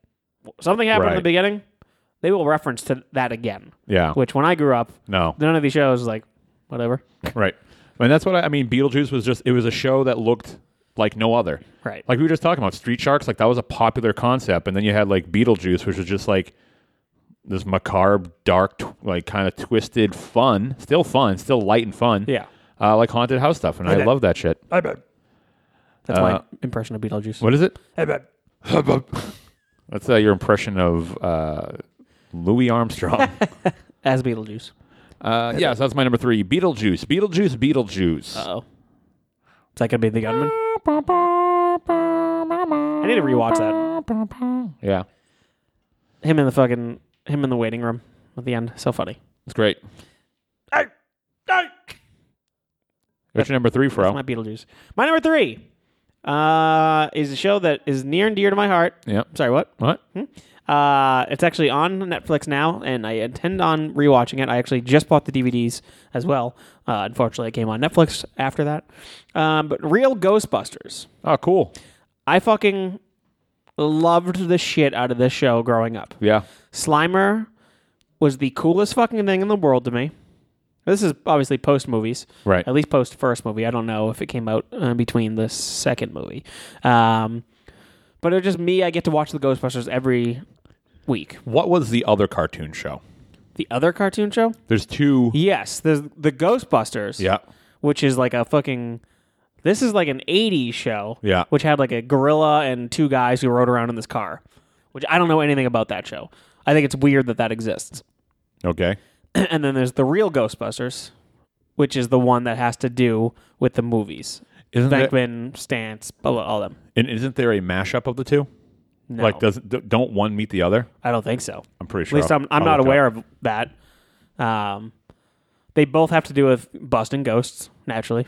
Speaker 4: something happened in
Speaker 1: Right. Oh.
Speaker 4: the beginning, they will reference to that again.
Speaker 1: Yeah.
Speaker 4: Which when I grew up,
Speaker 1: no.
Speaker 4: none of these shows, like, whatever.
Speaker 1: Right. And that's what I, I mean. Beetlejuice was just, it was a show that looked like no other.
Speaker 4: Right.
Speaker 1: Like we were just talking about Street Sharks, like that was a popular concept. And then you had like Beetlejuice, which was just like this macabre, dark, tw- like kind of twisted fun, still fun, still light and fun.
Speaker 4: Yeah.
Speaker 1: Uh, like haunted house stuff. And I, love that shit.
Speaker 4: That's my
Speaker 1: Uh,
Speaker 4: impression of Beetlejuice.
Speaker 1: What is it? That's uh, your impression of uh, Louis Armstrong.
Speaker 4: As Beetlejuice.
Speaker 1: uh, yeah, so that's my number three Beetlejuice, Beetlejuice, Beetlejuice.
Speaker 4: Oh. Is that going to be the gunman? I need to rewatch that.
Speaker 1: yeah.
Speaker 4: Him in the fucking him in the waiting room at the end. So funny.
Speaker 1: It's great. What's your number three, Fro?
Speaker 4: That's my Beetlejuice. My number three uh, is a show that is near and dear to my heart.
Speaker 1: yep.
Speaker 4: Sorry, what?
Speaker 1: What?
Speaker 4: Uh, it's actually on Netflix now, and I intend on rewatching it. I actually just bought the DVDs as well. Uh, unfortunately, it came on Netflix after that. Um, but Real Ghostbusters.
Speaker 1: Oh, cool.
Speaker 4: I fucking loved the shit out of this show growing up.
Speaker 1: Yeah.
Speaker 4: Slimer was the coolest fucking thing in the world to me. This is obviously post movies,
Speaker 1: Right.
Speaker 4: At least post first movie. I don't know if it came out uh, between the second movie, um, but it just me. I get to watch the Ghostbusters every week.
Speaker 1: What was the other cartoon show?
Speaker 4: The other cartoon show,
Speaker 1: There's two.
Speaker 4: yes, there's the Ghostbusters,
Speaker 1: Yeah.
Speaker 4: which is like a fucking. This is like an '80s show,
Speaker 1: Yeah.
Speaker 4: which had like a gorilla and two guys who rode around in this car, which I don't know anything about that show. I think it's weird that that exists.
Speaker 1: Okay.
Speaker 4: and then there's the real Ghostbusters, which is the one that has to do with the movies.
Speaker 1: Isn't there,
Speaker 4: Venkman, Stance, all, all them.
Speaker 1: and isn't there a mashup of the two?
Speaker 4: No,
Speaker 1: Like, doesn't d- don't one meet the other?
Speaker 4: I don't think so.
Speaker 1: I'm pretty
Speaker 4: At
Speaker 1: sure.
Speaker 4: least I'm,
Speaker 1: I'll
Speaker 4: I'm not
Speaker 1: look it
Speaker 4: aware
Speaker 1: up.
Speaker 4: of that. Um, they both have to do with busting ghosts, naturally.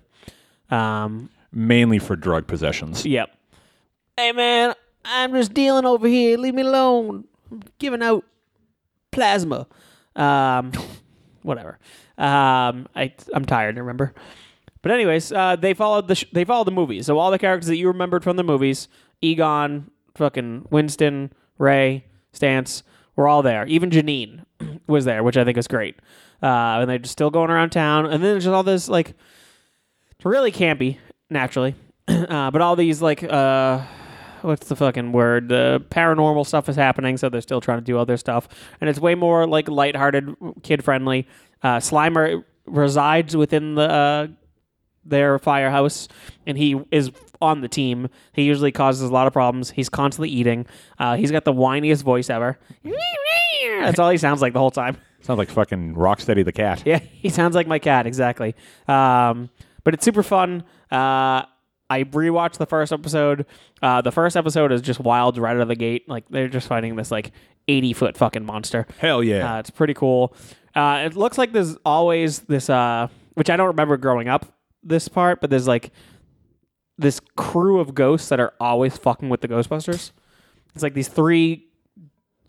Speaker 4: Um,
Speaker 1: Mainly for drug possessions.
Speaker 4: yep. Hey, man, I'm just dealing over here. Leave me alone. I'm giving out plasma. Um, whatever. Um, I I'm tired. Remember. But anyways, uh, they followed the sh- they followed the movies. So all the characters that you remembered from the movies, Egon, fucking Winston, Ray, Stance, were all there. Even Janine was there, which I think is great. Uh, and they're just still going around town. And then there's just all this like it's really campy, naturally. uh, but all these like uh, what's the fucking word? The paranormal stuff is happening, so they're still trying to do other stuff, and it's way more like lighthearted, kid friendly. Uh, Slimer resides within the uh, their firehouse, and he is on the team. He usually causes a lot of problems. He's constantly eating. Uh, he's got the whiniest voice ever. That's all he sounds like the whole time.
Speaker 1: Sounds like fucking Rocksteady the cat.
Speaker 4: Yeah, he sounds like my cat exactly. Um, but it's super fun. Uh, I rewatched the first episode. Uh, the first episode is just wild right out of the gate. Like they're just fighting this like eighty foot fucking monster.
Speaker 1: Hell yeah.
Speaker 4: Uh, it's pretty cool. Uh, it looks like there's always this, uh, which I don't remember growing up this part, but there's like this crew of ghosts that are always fucking with the Ghostbusters. It's like these three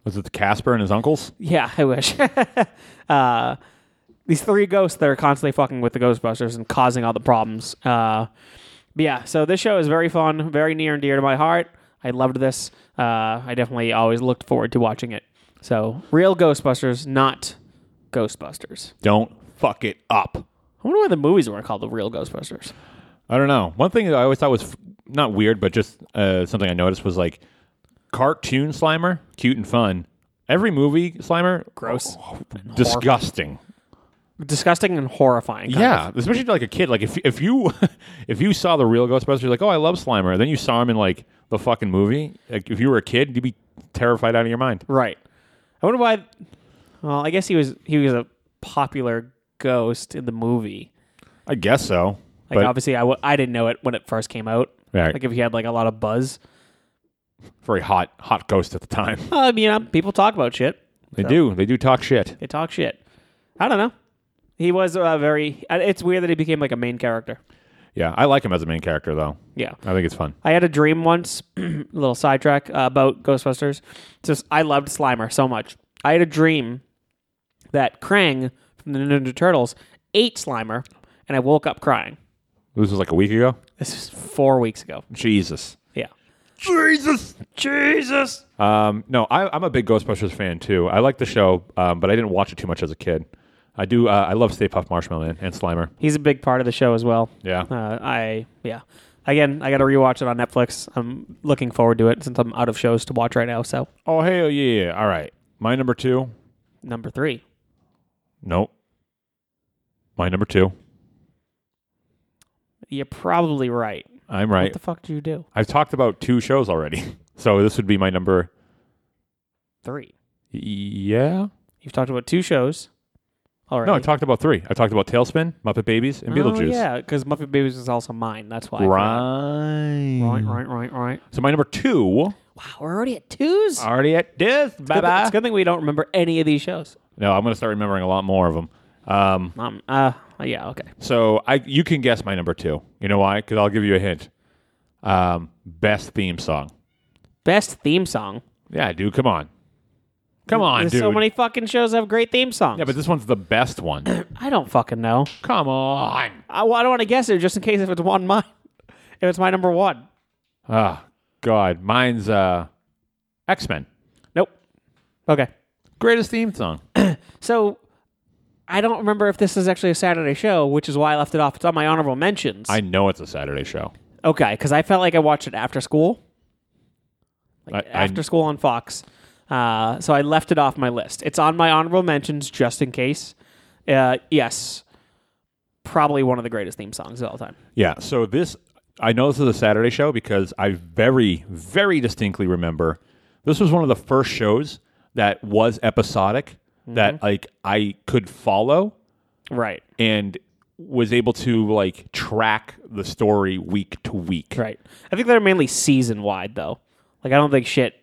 Speaker 1: was it the Casper and his uncles?
Speaker 4: yeah, I wish. uh, these three ghosts that are constantly fucking with the Ghostbusters and causing all the problems. Uh, but yeah, so this show is very fun, very near and dear to my heart. I loved this. Uh, I definitely always looked forward to watching it. So, real Ghostbusters, not Ghostbusters.
Speaker 1: Don't fuck it up.
Speaker 4: I wonder why the movies weren't called the real Ghostbusters.
Speaker 1: I don't know. One thing that I always thought was f- not weird, but just uh, something I noticed was like cartoon Slimer, cute and fun. Every movie, Slimer,
Speaker 4: Gross.
Speaker 1: disgusting.
Speaker 4: Oh. Disgusting and horrifying. kind
Speaker 1: Yeah, especially to like a kid. Like if if you if you saw the real Ghostbusters, you're like, oh, I love Slimer. then you saw him in like the fucking movie. Like if you were a kid, you'd be terrified out of your mind.
Speaker 4: Right. I wonder why. Well, I guess he was he was a popular ghost in the movie.
Speaker 1: I guess so.
Speaker 4: Like
Speaker 1: but
Speaker 4: obviously, I, w- I didn't know it when it first came out.
Speaker 1: Right.
Speaker 4: Like if he had like a lot of buzz.
Speaker 1: very hot, hot ghost at the time.
Speaker 4: I mean, um, people talk about shit.
Speaker 1: They do. They do talk shit.
Speaker 4: They talk shit. I don't know. He was uh, very. uh, It's weird that he became like a main character.
Speaker 1: Yeah, I like him as a main character though.
Speaker 4: Yeah.
Speaker 1: I think it's fun.
Speaker 4: I had a dream once, a little sidetrack uh, about Ghostbusters. Just I loved Slimer so much. I had a dream that Krang from the Ninja Turtles ate Slimer, and I woke up crying.
Speaker 1: This was like a week ago.
Speaker 4: This is four weeks ago.
Speaker 1: Jesus.
Speaker 4: Yeah.
Speaker 1: Jesus.
Speaker 4: Jesus.
Speaker 1: Um, no, I, I'm a big Ghostbusters fan too. I like the show, um, but I didn't watch it too much as a kid. I do. Uh, I love Stay Puft Marshmallow Man and Slimer.
Speaker 4: He's a big part of the show as well.
Speaker 1: Yeah.
Speaker 4: Uh, I yeah. Again, I got to rewatch it on Netflix. I'm looking forward to it since I'm out of shows to watch right now. So
Speaker 1: Oh hell yeah! All right, my number two.
Speaker 4: number three,
Speaker 1: Nope. My number two.
Speaker 4: you're probably right.
Speaker 1: I'm right.
Speaker 4: What the fuck do you do?
Speaker 1: I've talked about two shows already, so this would be my number.
Speaker 4: Three.
Speaker 1: Yeah.
Speaker 4: You've talked about two shows. All right. Oh,
Speaker 1: No, I talked about three. I talked about Tailspin, Muppet Babies, and Beetlejuice.
Speaker 4: yeah, because Muppet Babies was also mine. That's why. I forgot.
Speaker 1: Right.
Speaker 4: Right, right, right, right.
Speaker 1: So my number two.
Speaker 3: Wow, we're already at twos.
Speaker 1: Already at this. Bye
Speaker 4: Good thi- It's a good thing we don't remember any of these shows.
Speaker 1: No, I'm going to start remembering a lot more of them. Um,
Speaker 4: Um. Uh. Yeah. Okay.
Speaker 1: so I, you can guess my number two. You know why? Because I'll give you a hint. Um, best theme song.
Speaker 4: Best theme song.
Speaker 1: Yeah, dude. Come on. Come on,
Speaker 4: There's
Speaker 1: dude.
Speaker 4: so many fucking shows that have great theme songs.
Speaker 1: yeah, but this one's the best one.
Speaker 4: I don't fucking know.
Speaker 1: come on.
Speaker 4: I, well, I don't want to guess it just in case if it's one mine. If it's my number one.
Speaker 1: Ah, God. Mine's uh, X Men.
Speaker 4: Nope. Okay.
Speaker 1: Greatest theme song.
Speaker 4: So I don't remember if this is actually a Saturday show, which is why I left it off. It's on my honorable mentions.
Speaker 1: I know it's a Saturday show.
Speaker 4: okay, because I felt like I watched it after school.
Speaker 1: I-
Speaker 4: Like
Speaker 1: I-
Speaker 4: after school on Fox. Uh, so I left it off my list. It's on my honorable mentions just in case. Uh, yes. Probably one of the greatest theme songs of all time.
Speaker 1: Yeah. So this, I know this is a Saturday show because I very, very distinctly remember this was one of the first shows that was episodic that
Speaker 4: Mm-hmm.
Speaker 1: like I could follow
Speaker 4: Right.
Speaker 1: and was able to like track the story week to week.
Speaker 4: Right. I think they're mainly season wide though. Like I don't think shit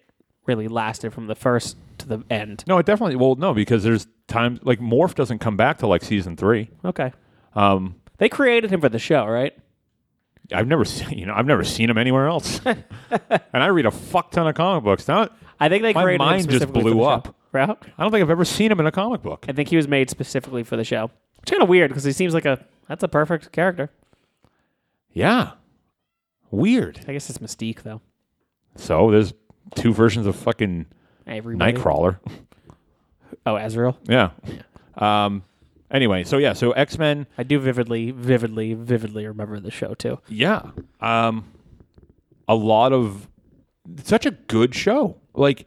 Speaker 4: really lasted from the first to the end.
Speaker 1: No, it definitely. Well, no, because there's times like Morph doesn't come back till like season three.
Speaker 4: Okay.
Speaker 1: Um,
Speaker 4: They created him for the show, right?
Speaker 1: I've never seen you know I've never seen him anywhere else, and I read a fuck ton of comic books. Now
Speaker 4: I think they
Speaker 1: My
Speaker 4: created
Speaker 1: mind
Speaker 4: him
Speaker 1: just
Speaker 4: specifically
Speaker 1: blew
Speaker 4: for the
Speaker 1: up.
Speaker 4: Show. Right?
Speaker 1: I don't think I've ever seen him in a comic book.
Speaker 4: I think he was made specifically for the show. It's kind of weird because he seems like a that's a perfect character.
Speaker 1: Yeah. Weird.
Speaker 4: I guess it's Mystique though.
Speaker 1: So there's two versions of fucking
Speaker 4: Everybody.
Speaker 1: Nightcrawler.
Speaker 4: Oh, Azrael.
Speaker 1: yeah. Um anyway, so yeah, so X-Men,
Speaker 4: I do vividly, vividly, vividly remember the show too.
Speaker 1: yeah. Um a lot of such a good show. Like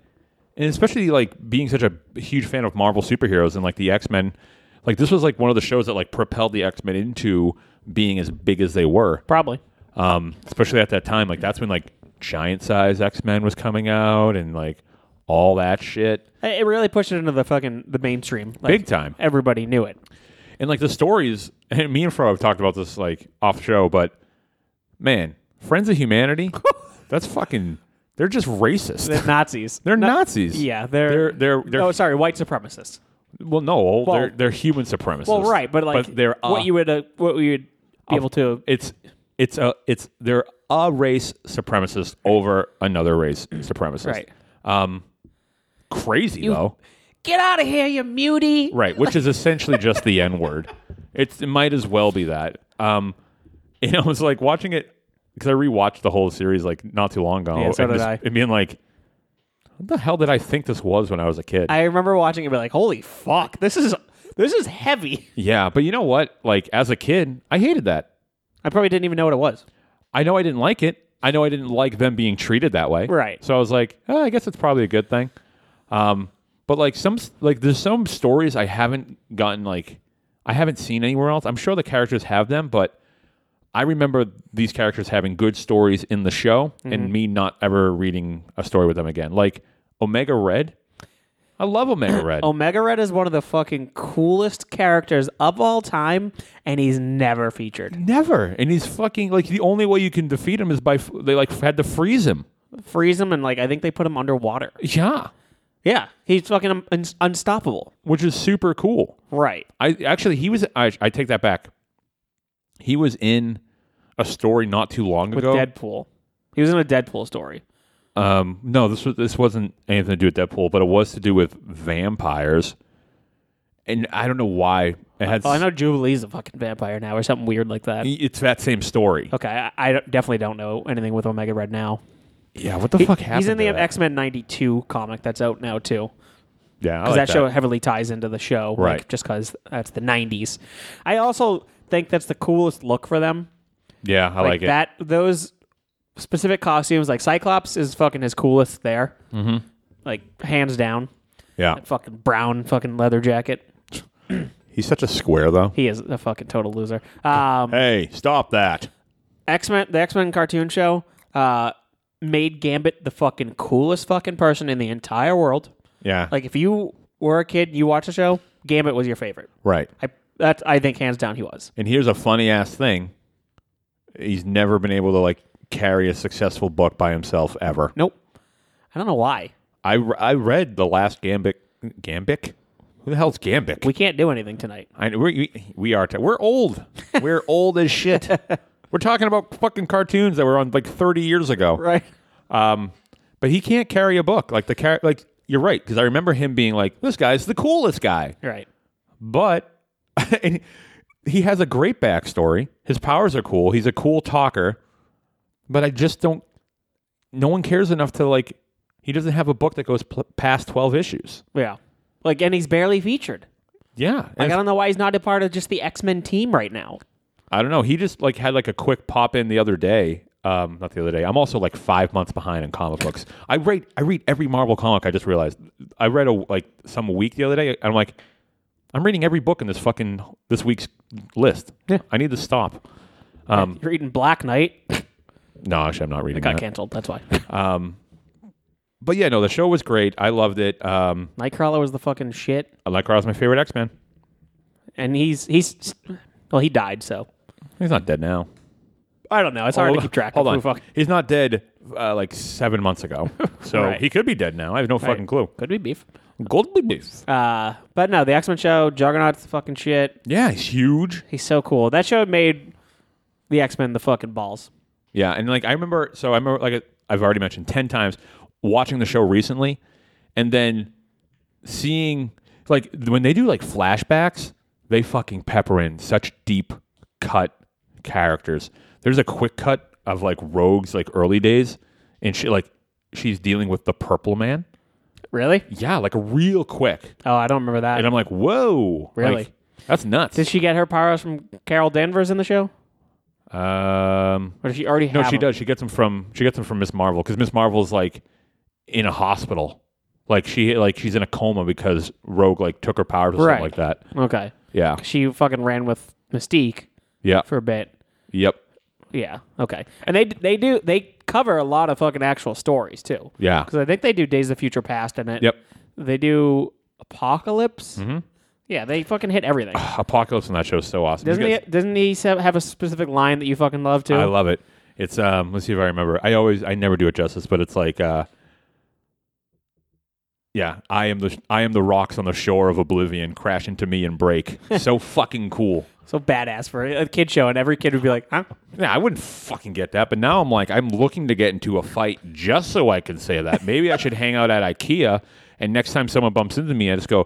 Speaker 1: and especially like being such a huge fan of Marvel superheroes and like the X-Men, like this was like one of the shows that like propelled the X-Men into being as big as they were.
Speaker 4: Probably.
Speaker 1: um, especially at that time. Like that's when like giant size X Men was coming out and like all that shit,
Speaker 4: It it really pushed it into the fucking the mainstream. Like,
Speaker 1: big time.
Speaker 4: Everybody knew it.
Speaker 1: And like the stories, and me and Fro have talked about this like off show, but man, Friends of Humanity, that's fucking. They're just racist.
Speaker 4: The Nazis.
Speaker 1: They're
Speaker 4: Not-
Speaker 1: Nazis.
Speaker 4: Yeah, they're
Speaker 1: they're they're, they're
Speaker 4: oh sorry, white supremacists.
Speaker 1: well no
Speaker 4: Well-
Speaker 1: they're they're human supremacists.
Speaker 4: Well, right, but like
Speaker 1: they're a,
Speaker 4: what you would uh, what we would be able to
Speaker 1: it's it's a it's they're a race supremacist over another race supremacist.
Speaker 4: Right.
Speaker 1: Um, crazy though.
Speaker 3: Get out of here, you mutie.
Speaker 1: Right, which is essentially just the N word. It's it might as well be that. Um, and I was like watching it because I rewatched the whole series like not too long ago.
Speaker 4: Yeah, so
Speaker 1: and
Speaker 4: did
Speaker 1: just-
Speaker 4: I.
Speaker 1: And being like, what the hell did I think this was when I was a kid?
Speaker 4: I remember watching it, be like, "Holy fuck, this is this is heavy."
Speaker 1: yeah, but you know what? Like as a kid, I hated that.
Speaker 4: I probably didn't even know what it was.
Speaker 1: I know I didn't like it. I know I didn't like "Ah, them being treated that way.
Speaker 4: Right.
Speaker 1: So I was like, oh, I guess it's probably a good thing. Um, But like some like there's some stories I haven't gotten like I haven't seen anywhere else. I'm sure the characters have them, but I remember these characters having good stories in the show and me not ever reading a story with them again. Like Omega Red. I love Omega Red.
Speaker 4: Omega Red is one of the fucking coolest characters of all time, and he's never featured.
Speaker 1: Never. And he's fucking like the only way you can defeat him is by f- they like had to freeze him.
Speaker 4: Freeze him, and like I think they put him underwater.
Speaker 1: Yeah,
Speaker 4: Yeah, he's fucking un- un- unstoppable.
Speaker 1: which is super cool.
Speaker 4: Right.
Speaker 1: I actually he was I, I take that back. He was in a story not too long
Speaker 4: With
Speaker 1: ago.
Speaker 4: Deadpool, he was in a Deadpool story.
Speaker 1: Um, no, this was this wasn't anything to do with Deadpool, but it was to do with vampires. And I don't know why it had.
Speaker 4: Oh, I know Jubilee's a fucking vampire now, or something weird like that.
Speaker 1: It's that same story.
Speaker 4: Okay, I, I don't- definitely don't know anything with Omega Red now.
Speaker 1: Yeah, what the fuck happened?
Speaker 4: He's in the
Speaker 1: to that?
Speaker 4: X Men '92 comic that's out now too.
Speaker 1: Yeah, I
Speaker 4: because
Speaker 1: like
Speaker 4: that, show heavily ties into the show, like,
Speaker 1: Right.
Speaker 4: just because that's the '90s. I also think that's the coolest look for them.
Speaker 1: Yeah, I like, it.
Speaker 4: that. Those specific costumes, like Cyclops, is fucking his coolest there. Mm-hmm. Like hands down,
Speaker 1: Yeah,
Speaker 4: that fucking brown fucking leather jacket.
Speaker 1: he's such a square though.
Speaker 4: He is a fucking total loser. Um,
Speaker 1: Hey, stop that!
Speaker 4: X Men, the X Men cartoon show, uh, made Gambit the fucking coolest fucking person in the entire world.
Speaker 1: Yeah,
Speaker 4: Like if you were a kid, you watched the show, Gambit was your favorite.
Speaker 1: right.
Speaker 4: I that's I think hands down he was.
Speaker 1: And here's a funny ass thing. He's never been able to like carry a successful book by himself ever.
Speaker 4: Nope. I don't know why.
Speaker 1: I, I read the last Gambic Gambic. Who the hell's Gambic?
Speaker 4: We can't do anything tonight.
Speaker 1: I, we're, we we are t- we're old. We're old as shit. We're talking about fucking cartoons that were on like 30 years ago.
Speaker 4: Right.
Speaker 1: Um, but he can't carry a book like the car- like you're right because I remember him being like this guy's the coolest guy.
Speaker 4: Right.
Speaker 1: but and he has a great backstory. His powers are cool. He's a cool talker, but I just don't. No one cares enough to like. He doesn't have a book that goes pl- past twelve issues.
Speaker 4: Yeah. Like and he's barely featured.
Speaker 1: Yeah,
Speaker 4: Like
Speaker 1: and
Speaker 4: I don't know why he's not a part of just the X Men team right now.
Speaker 1: I don't know. He just like had like a quick pop in the other day. Um, not the other day. I'm also like five months behind in comic books. I read I read every Marvel comic. I just realized I read a like some week the other day. And I'm like, I'm reading every book in this fucking this week's list. Yeah, I need to stop.
Speaker 4: You're reading Black Knight.
Speaker 1: No, actually, I'm not reading.
Speaker 4: Got
Speaker 1: that.
Speaker 4: canceled. That's why.
Speaker 1: But yeah, no, the show was great. I loved it. Um,
Speaker 4: Nightcrawler was the fucking shit,
Speaker 1: Nightcrawler's my favorite X Man.
Speaker 4: and he's he's well he died so
Speaker 1: He's not dead now.
Speaker 4: I don't know. It's hard to keep track.
Speaker 1: Hold
Speaker 4: of
Speaker 1: on,
Speaker 4: who fuck-
Speaker 1: he's not dead uh, like seven months ago, so
Speaker 4: Right.
Speaker 1: he could be dead now. I have no fucking clue.
Speaker 4: Could be beef.
Speaker 1: Gold beef.
Speaker 4: Uh, but no, the X Men show, Juggernaut's the fucking shit.
Speaker 1: Yeah, he's huge.
Speaker 4: He's so cool. That show made the X Men the fucking balls.
Speaker 1: Yeah, and like I remember, so I remember, like I've already mentioned ten times, watching the show recently, and then seeing like when they do like flashbacks, they fucking pepper in such deep cut characters. There's a quick cut of like Rogue's like early days, and she like she's dealing with the Purple Man.
Speaker 4: Really?
Speaker 1: Yeah, like real quick,
Speaker 4: Oh, I don't remember that.
Speaker 1: and I'm like, whoa,
Speaker 4: Really?
Speaker 1: Like, that's nuts.
Speaker 4: Did she get her powers from Carol Danvers in the show?
Speaker 1: um,
Speaker 4: Or does she already
Speaker 1: No,
Speaker 4: have
Speaker 1: she
Speaker 4: them?
Speaker 1: does. She gets them from she gets them from Miss Marvel because Miss Marvel's like in a hospital, like she like she's in a coma because Rogue like took her powers or
Speaker 4: Right.
Speaker 1: something like that.
Speaker 4: Okay.
Speaker 1: Yeah.
Speaker 4: She fucking ran with Mystique
Speaker 1: Yeah.
Speaker 4: for a bit.
Speaker 1: yep.
Speaker 4: Yeah. Okay. And they they do they cover a lot of fucking actual stories too.
Speaker 1: Yeah.
Speaker 4: Because I think they do Days of Future Past in it.
Speaker 1: Yep.
Speaker 4: They do Apocalypse. Mm-hmm. Yeah. They fucking hit everything.
Speaker 1: Oh, Apocalypse on that show is so awesome. You
Speaker 4: Doesn't he?
Speaker 1: guys-
Speaker 4: Doesn't he se- have a specific line that you fucking love too?
Speaker 1: I love it. It's um. Let's see if I remember. I always I never do it justice, but it's like uh. Yeah, I am the I am the rocks on the shore of oblivion. Crash into me and break. so fucking cool.
Speaker 4: so badass for a kid show, and every kid would be like, huh?
Speaker 1: Yeah, I wouldn't fucking get that, but now I'm like, I'm looking to get into a fight just so I can say that. Maybe I should hang out at IKEA, and next time someone bumps into me, I just go,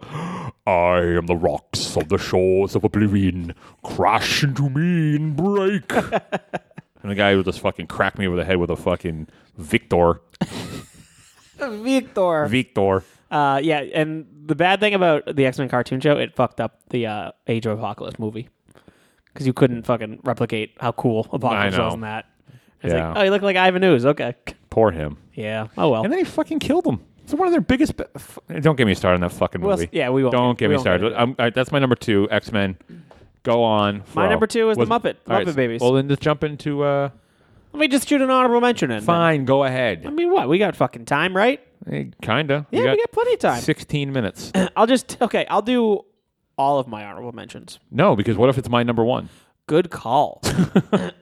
Speaker 1: "I am the rocks of the shores of oblivion, crash into me and break." and the guy would just fucking crack me over the head with a fucking Victor,
Speaker 4: Victor.
Speaker 1: Victor.
Speaker 4: Uh, yeah, and the bad thing about the X Men cartoon show, it fucked up the uh, Age of Apocalypse movie because you couldn't fucking replicate how cool Apocalypse
Speaker 1: I know.
Speaker 4: was in that. It's
Speaker 1: Yeah.
Speaker 4: like, oh, you look like Ivan Ooze. Okay,
Speaker 1: Poor him.
Speaker 4: yeah. Oh well.
Speaker 1: And then he fucking killed him. It's one of their biggest. Be- f- don't get me started on that fucking
Speaker 4: We'll-
Speaker 1: movie.
Speaker 4: yeah, we won't.
Speaker 1: Don't get me
Speaker 4: We won't get
Speaker 1: started.
Speaker 4: into
Speaker 1: I'm, all right, that's my number two, X Men. Go on.
Speaker 4: My
Speaker 1: Fro.
Speaker 4: number two is the Muppet-
Speaker 1: all
Speaker 4: Muppet
Speaker 1: so-
Speaker 4: Babies.
Speaker 1: Well, then just jump into. Uh,
Speaker 4: Let me just shoot an honorable mention in. then.
Speaker 1: fine, go ahead.
Speaker 4: I mean, what? We got fucking time, right?
Speaker 1: Eh, kinda.
Speaker 4: Yeah, we got plenty of time.
Speaker 1: 16 minutes.
Speaker 4: I'll just okay. I'll do all of my honorable mentions.
Speaker 1: no, because what if it's my number one?
Speaker 4: Good call.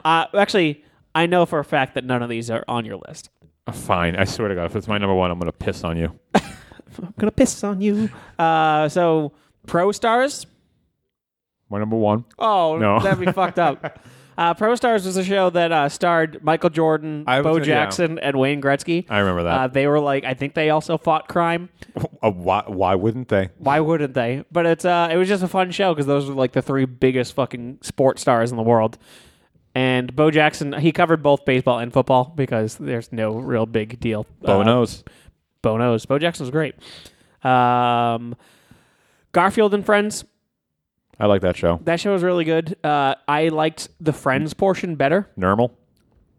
Speaker 4: uh, actually, I know for a fact that none of these are on your list.
Speaker 1: Uh, Fine. I swear to God, if it's my number one, I'm gonna piss on you.
Speaker 4: I'm gonna piss on you. Uh, so Pro Stars.
Speaker 1: My number one.
Speaker 4: Oh,
Speaker 1: No.
Speaker 4: that'd be fucked up. Uh, Pro Stars was a show that uh, starred Michael Jordan,
Speaker 1: I was
Speaker 4: Bo
Speaker 1: gonna- yeah.
Speaker 4: Jackson, and Wayne Gretzky.
Speaker 1: I remember that.
Speaker 4: Uh, they were like, I think they also fought crime.
Speaker 1: Uh, why, why wouldn't they?
Speaker 4: Why wouldn't they? But it's uh, it was just a fun show because those were like the three biggest fucking sports stars in the world. And Bo Jackson, he covered both baseball and football because there's no real big deal.
Speaker 1: Bo
Speaker 4: uh,
Speaker 1: knows.
Speaker 4: Bo knows. Bo Jackson's great. Um, Garfield and Friends.
Speaker 1: I like that show.
Speaker 4: That show was really good. Uh, I liked the Friends portion better.
Speaker 1: Normal.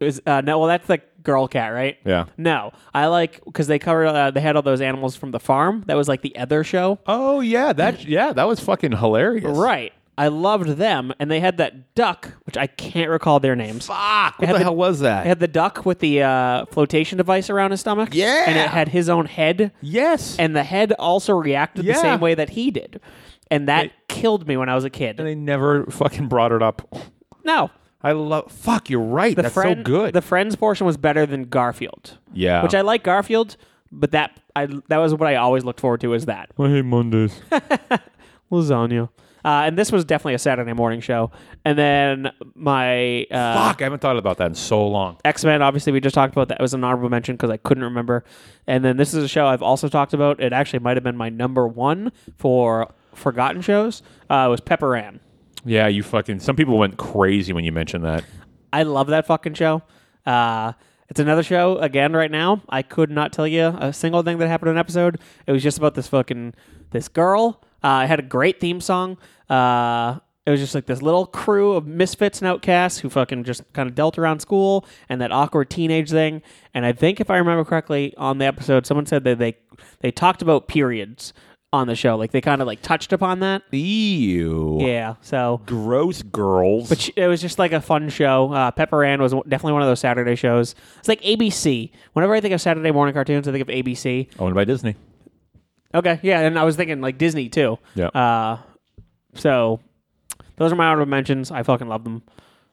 Speaker 4: It was, uh, no, well, that's the girl cat, right?
Speaker 1: Yeah.
Speaker 4: No, I like because they covered. Uh, they had all those animals from the farm. That was like the other show.
Speaker 1: Oh yeah, that yeah, that was fucking hilarious.
Speaker 4: Right. I loved them, and they had that duck, which I can't recall their names.
Speaker 1: Fuck. What
Speaker 4: had
Speaker 1: the
Speaker 4: the-
Speaker 1: hell was
Speaker 4: They
Speaker 1: that?
Speaker 4: had the duck with the uh, flotation device around his stomach.
Speaker 1: Yeah.
Speaker 4: And it had his own head,
Speaker 1: Yes.
Speaker 4: and the head also reacted
Speaker 1: Yeah.
Speaker 4: the same way that he did. And that killed me when I was a kid.
Speaker 1: they never fucking brought it up.
Speaker 4: no.
Speaker 1: I love. Fuck, you're right.
Speaker 4: The
Speaker 1: That's
Speaker 4: friend,
Speaker 1: so good.
Speaker 4: The friends portion was better than Garfield.
Speaker 1: yeah.
Speaker 4: Which I like Garfield, but that I that was what I always looked forward to is that.
Speaker 1: I hate Mondays.
Speaker 4: Lasagna. Uh, and this was definitely a Saturday morning show. And then my uh,
Speaker 1: Fuck, I haven't thought about that in so long.
Speaker 4: X Men, obviously, we just talked about that. It was an honorable mention because I couldn't remember. And then this is a show I've also talked about. It actually might have been my number one for forgotten shows. Uh, was Pepper Ann.
Speaker 1: Yeah, you fucking. Some people went crazy when you mentioned that.
Speaker 4: I love that fucking show. Uh, it's another show again right now. I could not tell you a single thing that happened in an episode. It was just about this fucking this girl. Uh, it had a great theme song. Uh, it was just like this little crew of misfits and outcasts who fucking just kind of dealt around school and that awkward teenage thing. And I think if I remember correctly on the episode, someone said that they they talked about periods on the show. Like they kind of like touched upon that.
Speaker 1: Ew.
Speaker 4: Yeah. So
Speaker 1: Gross girls.
Speaker 4: but she- it was just like a fun show. Uh, Pepper Ann was definitely one of those Saturday shows. It's like ABC. Whenever I think of Saturday morning cartoons, I think of ABC.
Speaker 1: owned by Disney.
Speaker 4: Okay, yeah, and I was thinking like Disney too.
Speaker 1: Yeah.
Speaker 4: Uh, so those are my honorable mentions. I fucking love them.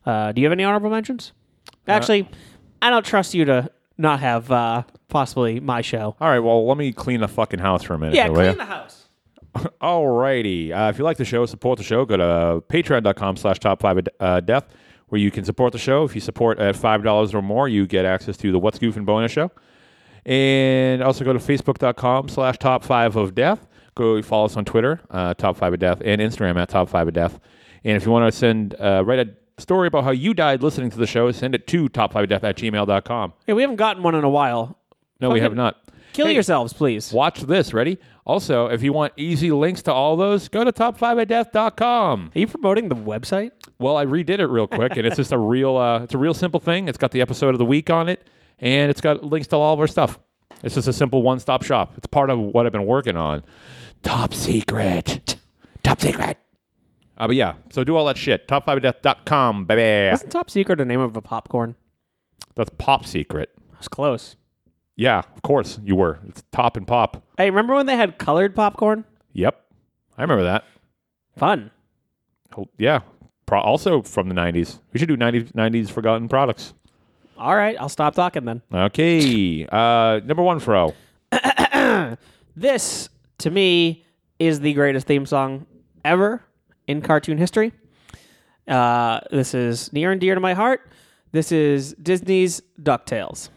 Speaker 4: Uh, do you have any honorable mentions? Actually, I don't trust you to not have uh, possibly my show.
Speaker 1: All right, well, let me clean the fucking house for a minute.
Speaker 4: Yeah,
Speaker 1: will ya?
Speaker 4: clean the house.
Speaker 1: Alrighty. Uh, if you like the show, support the show. Go to patreon.com slash top five of, uh, death, where you can support the show. If you support at $5 or more, you get access to the What's Goofing bonus show. And also go to facebook.com slash top five of death. Go follow us on Twitter, uh, top five of death, and Instagram at top five of death. And if you want to send, uh, write a story about how you died listening to the show, send it to top five of death at gmail.com.
Speaker 4: Yeah, we haven't gotten one in a while.
Speaker 1: No, we
Speaker 4: Fucking
Speaker 1: have not.
Speaker 4: Kill
Speaker 1: Hey.
Speaker 4: yourselves, please.
Speaker 1: Watch this. Ready? Also, if you want easy links to all those, go to top5atdeath.com.
Speaker 4: Are you promoting the website?
Speaker 1: Well, I redid it real quick, and it's just a real, uh, it's a real simple thing. It's got the episode of the week on it, and it's got links to all of our stuff. It's just a simple one-stop shop. It's part of what I've been working on. Top secret. Top secret. Uh, but yeah, so do all that shit. Top5atdeath.com, baby.
Speaker 4: Isn't Top Secret a name of a popcorn?
Speaker 1: That's pop secret.
Speaker 4: It's close.
Speaker 1: Yeah, of course you were. It's top and pop.
Speaker 4: Hey, remember when they had colored popcorn?
Speaker 1: Yep, I remember that.
Speaker 4: Fun.
Speaker 1: Oh, Yeah. Pro- also from the 90s. We should do 90s, 90s forgotten products.
Speaker 4: All right, I'll stop talking then.
Speaker 1: Okay. Uh, number one, Fro.
Speaker 4: This, to me, is the greatest theme song ever in cartoon history. Uh, this is near and dear to my heart. This is Disney's DuckTales.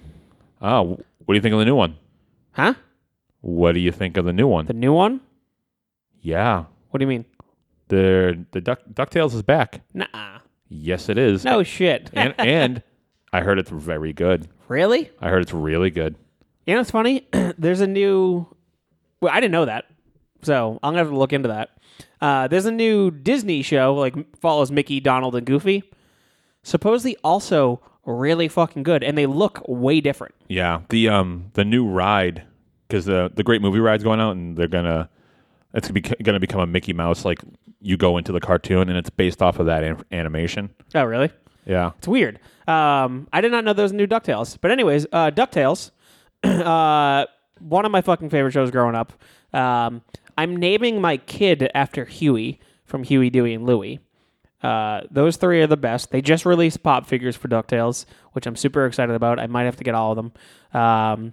Speaker 1: Oh, what do you think of the new one?
Speaker 4: Huh?
Speaker 1: What do you think of the new one?
Speaker 4: The new one?
Speaker 1: yeah.
Speaker 4: What do you mean?
Speaker 1: The the duck, DuckTales is back.
Speaker 4: Nah.
Speaker 1: Yes, it is.
Speaker 4: No shit.
Speaker 1: And, and I heard it's very good.
Speaker 4: really?
Speaker 1: I heard it's really good.
Speaker 4: You know what's funny? There's a new. Well, I didn't know that, so I'm gonna have to look into that. Uh, there's a new Disney show like follows Mickey, Donald, and Goofy. Supposedly also really fucking good, and they look way different.
Speaker 1: Yeah. The um the new ride because the the Great Movie Ride's going out, and they're gonna it's gonna, be, gonna become a Mickey Mouse like you go into the cartoon, and it's based off of that an- animation.
Speaker 4: Oh, really?
Speaker 1: Yeah,
Speaker 4: It's weird. Um, I did not know there was new DuckTales. But anyways, uh, DuckTales, uh, one of my fucking favorite shows growing up. Um, I'm naming my kid after Huey from Huey, Dewey, and Louie. Uh, those three are the best. They just released pop figures for DuckTales, which I'm super excited about. I might have to get all of them. Um,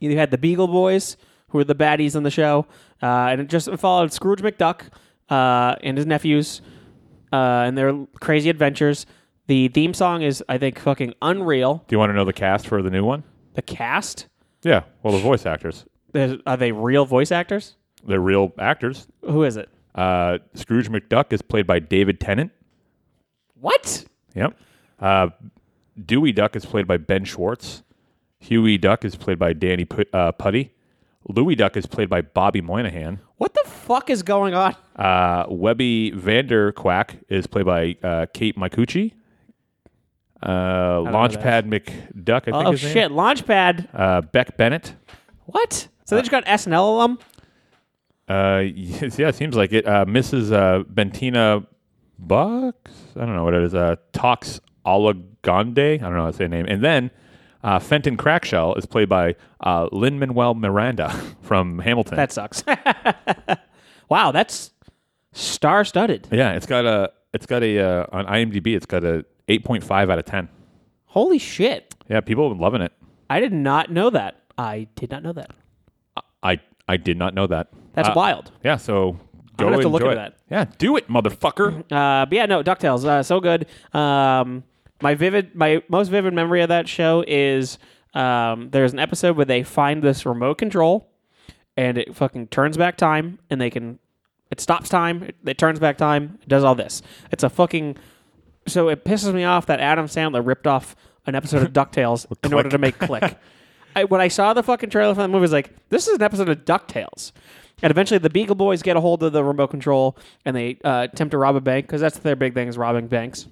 Speaker 4: you had the Beagle Boys, who were the baddies on the show, uh, and it just followed Scrooge McDuck uh, and his nephews uh, and their crazy adventures. The theme song is, I think, fucking unreal.
Speaker 1: do you want to know the cast for the new one?
Speaker 4: The cast,
Speaker 1: Yeah, well, the voice actors,
Speaker 4: there's- are they real voice actors?
Speaker 1: they're real actors.
Speaker 4: Who is it?
Speaker 1: Uh, Scrooge McDuck is played by David Tennant.
Speaker 4: What?
Speaker 1: Yep. Uh, Dewey Duck is played by Ben Schwartz. Huey Duck is played by Danny Put- uh, Putty. Louie Duck is played by Bobby Moynihan.
Speaker 4: What the fuck is going on?
Speaker 1: Uh, Webby Vanderquack is played by uh, Kate Micucci. Uh, Launchpad McDuck, I think
Speaker 4: Oh
Speaker 1: his name.
Speaker 4: shit! Launchpad.
Speaker 1: Uh, Beck Bennett.
Speaker 4: What? So they just got SNL alum.
Speaker 1: Uh, yes, yeah, it seems like it. Uh, Mrs. Uh, Bentina Bucks. I don't know what it is. Uh, Tox Olagonde. I don't know how to say her name. And then uh, Fenton Crackshell is played by uh, Lin Manuel Miranda from Hamilton.
Speaker 4: That sucks. wow, that's star-studded.
Speaker 1: yeah, it's got a. It's got a uh, on IMDb. It's got a 8.5 out of 10.
Speaker 4: Holy shit!
Speaker 1: Yeah, people have been loving it.
Speaker 4: I did not know that. I did not know that.
Speaker 1: I I did not know that.
Speaker 4: That's
Speaker 1: Uh,
Speaker 4: wild.
Speaker 1: Yeah, so go
Speaker 4: gonna have to look
Speaker 1: enjoy
Speaker 4: into
Speaker 1: it. Yeah, do it, motherfucker.
Speaker 4: Uh, but yeah, no, Ducktales, uh, so good. Um, my vivid, my most vivid memory of that show is um, there's an episode where they find this remote control, and it fucking turns back time, and they can, it stops time, it, it turns back time, it does all this. It's a fucking. So it pisses me off that Adam Sandler ripped off an episode of Ducktales in order to make Click. I, when I saw the fucking trailer for that movie, I was like, this is an episode of DuckTales. And eventually the Beagle Boys get a hold of the remote control and they uh, attempt to rob a bank because that's their big thing is robbing banks.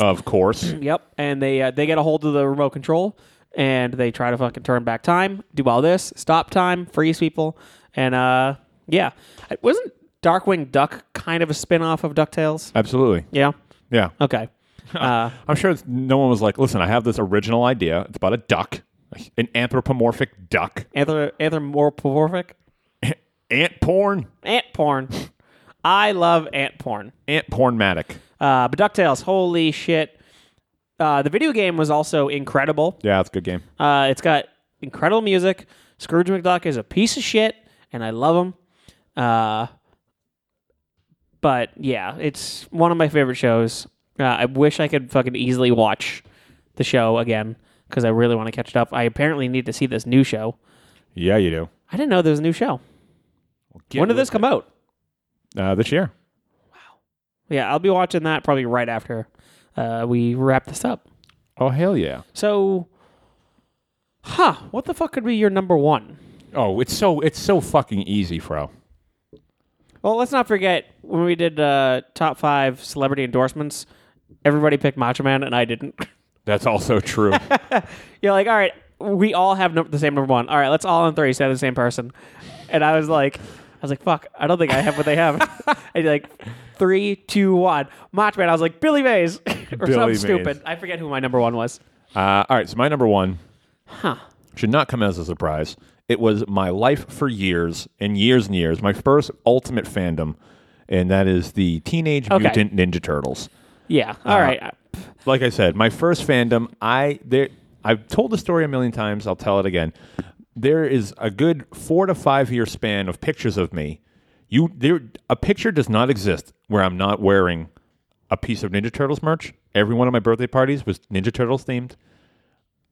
Speaker 1: Of course.
Speaker 4: Yep. And they uh, they get a hold of the remote control and they try to fucking turn back time, do all this, stop time, freeze people. And uh, yeah. It Wasn't Darkwing Duck kind of a spin off of DuckTales?
Speaker 1: Absolutely.
Speaker 4: Yeah.
Speaker 1: Yeah.
Speaker 4: Okay. Uh,
Speaker 1: I'm sure it's, no one was like, listen, I have this original idea. It's about a duck, an anthropomorphic duck.
Speaker 4: anthro- anthropomorphic?
Speaker 1: Ant porn,
Speaker 4: Ant porn. I love ant porn.
Speaker 1: ant pornmatic.
Speaker 4: Uh, but DuckTales, holy shit. Uh, the video game was also incredible.
Speaker 1: Yeah, it's a good game.
Speaker 4: Uh, it's got incredible music. Scrooge McDuck is a piece of shit, and I love him. Uh, but yeah, it's one of my favorite shows. Uh, I wish I could fucking easily watch the show again because I really want to catch it up. I apparently need to see this new show.
Speaker 1: Yeah, you do.
Speaker 4: I didn't know there was a new show. when did this come out?
Speaker 1: Uh, this year.
Speaker 4: Yeah, I'll be watching that probably right after uh, we wrap this up.
Speaker 1: Oh hell yeah!
Speaker 4: So, huh? What the fuck could be your number one?
Speaker 1: Oh, it's so it's so fucking easy, Fro.
Speaker 4: Well, let's not forget when we did uh, top five celebrity endorsements. Everybody picked Macho Man, and I didn't.
Speaker 1: That's also true.
Speaker 4: You're like, all right, we all have num- the same number one. All right, let's all on three say the same person. And I was like, I was like, fuck, I don't think I have what they have. and you're like, three, two, one, Macho Man. I was like, Billy Mays or
Speaker 1: Billy
Speaker 4: something
Speaker 1: Mays.
Speaker 4: stupid. I forget who my number one was.
Speaker 1: uh, all right, so my number one
Speaker 4: Huh?
Speaker 1: should not come as a surprise. It was my life for years and years and years. My first ultimate fandom, and that is the Teenage
Speaker 4: Okay.
Speaker 1: Mutant Ninja Turtles.
Speaker 4: Yeah. uh, All right.
Speaker 1: Uh-huh. like I said, my first fandom, I there I've told the story a million times, I'll tell it again. There is a good 4 to 5 year span of pictures of me. You there a picture does not exist where I'm not wearing a piece of Ninja Turtles merch. Every one of my birthday parties was Ninja Turtles themed.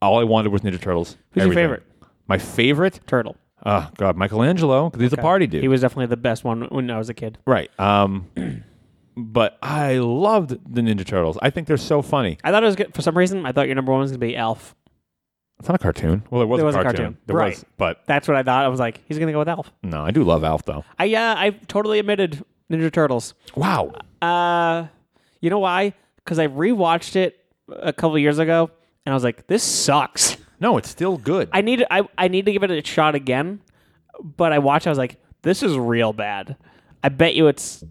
Speaker 1: All I wanted was Ninja Turtles.
Speaker 4: Who's your
Speaker 1: everything.
Speaker 4: favorite?
Speaker 1: My favorite?
Speaker 4: Turtle.
Speaker 1: Oh god, Michelangelo, 'cause he's a party dude.
Speaker 4: He was definitely the best one when I was a kid.
Speaker 1: right. Um but I loved the Ninja Turtles. I think they're so funny.
Speaker 4: I thought it was good. For some reason, I thought your number one was going to be Elf.
Speaker 1: It's not a cartoon. Well, it was,
Speaker 4: There
Speaker 1: a,
Speaker 4: was a
Speaker 1: cartoon.
Speaker 4: cartoon.
Speaker 1: There
Speaker 4: Right.
Speaker 1: was, but
Speaker 4: That's what I thought. I was like, he's going to go with Elf.
Speaker 1: no, I do love Alf though.
Speaker 4: I uh, I totally admitted Ninja Turtles.
Speaker 1: Wow.
Speaker 4: Uh, you know why? Because I rewatched it a couple years ago, and I was like, this sucks.
Speaker 1: No, it's still good.
Speaker 4: I need I, I need to give it a shot again. but I watched. I was like, this is real bad. I bet you it's.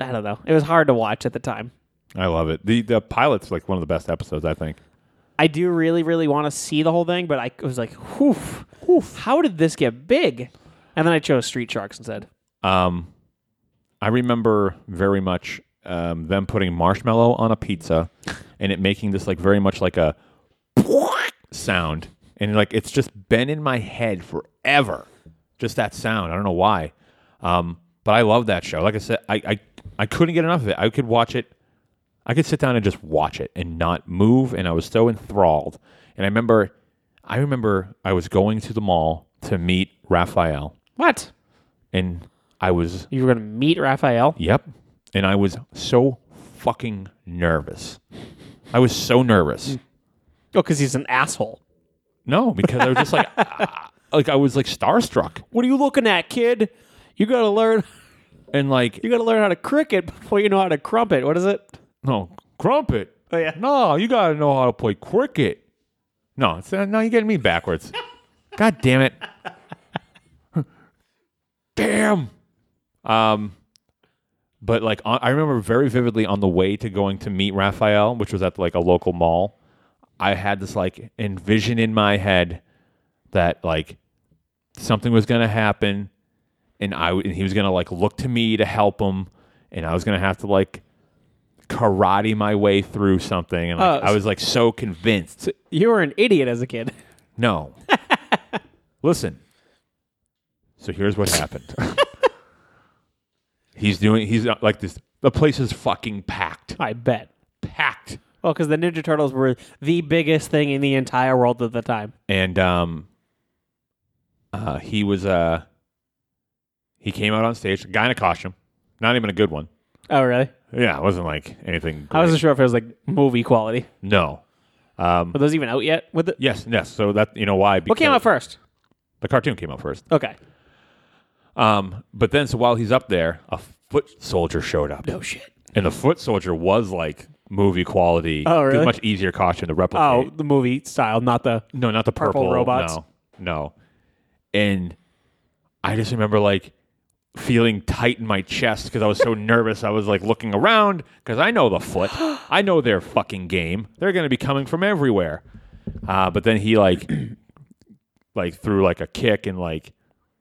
Speaker 4: I don't know. It was hard to watch at the time.
Speaker 1: I love it. The the pilot's like one of the best episodes, I think.
Speaker 4: I do really, really want to see the whole thing, but I was like, whew, how did this get big? And then I chose Street Sharks instead.
Speaker 1: Um, I remember very much um, them putting marshmallow on a pizza and it making this like very much like a sound. And like it's just been in my head forever. Just that sound. I don't know why. Um, but I love that show. Like I said, I, I I couldn't get enough of it. I could watch it I could sit down and just watch it and not move, and I was so enthralled. And I remember, I remember I was going to the mall to meet Raphael,
Speaker 4: What?
Speaker 1: and I was,
Speaker 4: You were going to meet Raphael?
Speaker 1: yep, and I was so fucking nervous. I was so nervous.
Speaker 4: Oh, because he's an asshole.
Speaker 1: No, because I was just like, ah, like I was like starstruck,
Speaker 4: What are you looking at, kid? You got to learn.
Speaker 1: and like,
Speaker 4: You got to learn how to cricket before you know how to crumpet. What is it?
Speaker 1: no, crumpet.
Speaker 4: Oh, yeah.
Speaker 1: No, you gotta know how to play cricket. No, it's, uh, no, you're getting me backwards. God damn it. damn. Um, but like on, I remember very vividly on the way to going to meet Raphael, which was at like a local mall. I had this like envision in my head that like something was gonna happen, and I w- and he was gonna like look to me to help him, and I was gonna have to like karate my way through something, and like,
Speaker 4: Oh,
Speaker 1: I was like so convinced.
Speaker 4: You were an idiot as a kid.
Speaker 1: No. Listen. So here's what happened. he's doing. He's not like this. The place is fucking packed.
Speaker 4: I bet.
Speaker 1: Packed.
Speaker 4: Well, because the Ninja Turtles were the biggest thing in the entire world at the time.
Speaker 1: And um, uh, he was uh, he came out on stage. A guy in a costume. Not even a good one.
Speaker 4: Oh, really?
Speaker 1: Yeah, it wasn't like anything. Great.
Speaker 4: I wasn't sure if it was like movie quality.
Speaker 1: no. Um,
Speaker 4: Were those even out yet? With the-
Speaker 1: Yes. Yes. So that you know why?
Speaker 4: what came
Speaker 1: because
Speaker 4: out first?
Speaker 1: The cartoon came out first.
Speaker 4: Okay.
Speaker 1: Um, but then, so while he's up there, a foot soldier showed up.
Speaker 4: Oh shit.
Speaker 1: And the foot soldier was like movie quality.
Speaker 4: Oh, really?
Speaker 1: It was much easier costume to
Speaker 4: Oh,
Speaker 1: replicate.
Speaker 4: the movie style, not the.
Speaker 1: no, not the
Speaker 4: purple
Speaker 1: purple,
Speaker 4: robots?
Speaker 1: No, no. And I just remember like feeling tight in my chest because I was so nervous. I was like looking around because I know the foot. I know their fucking game. They're going to be coming from everywhere. Uh, but then he like, like threw like a kick and like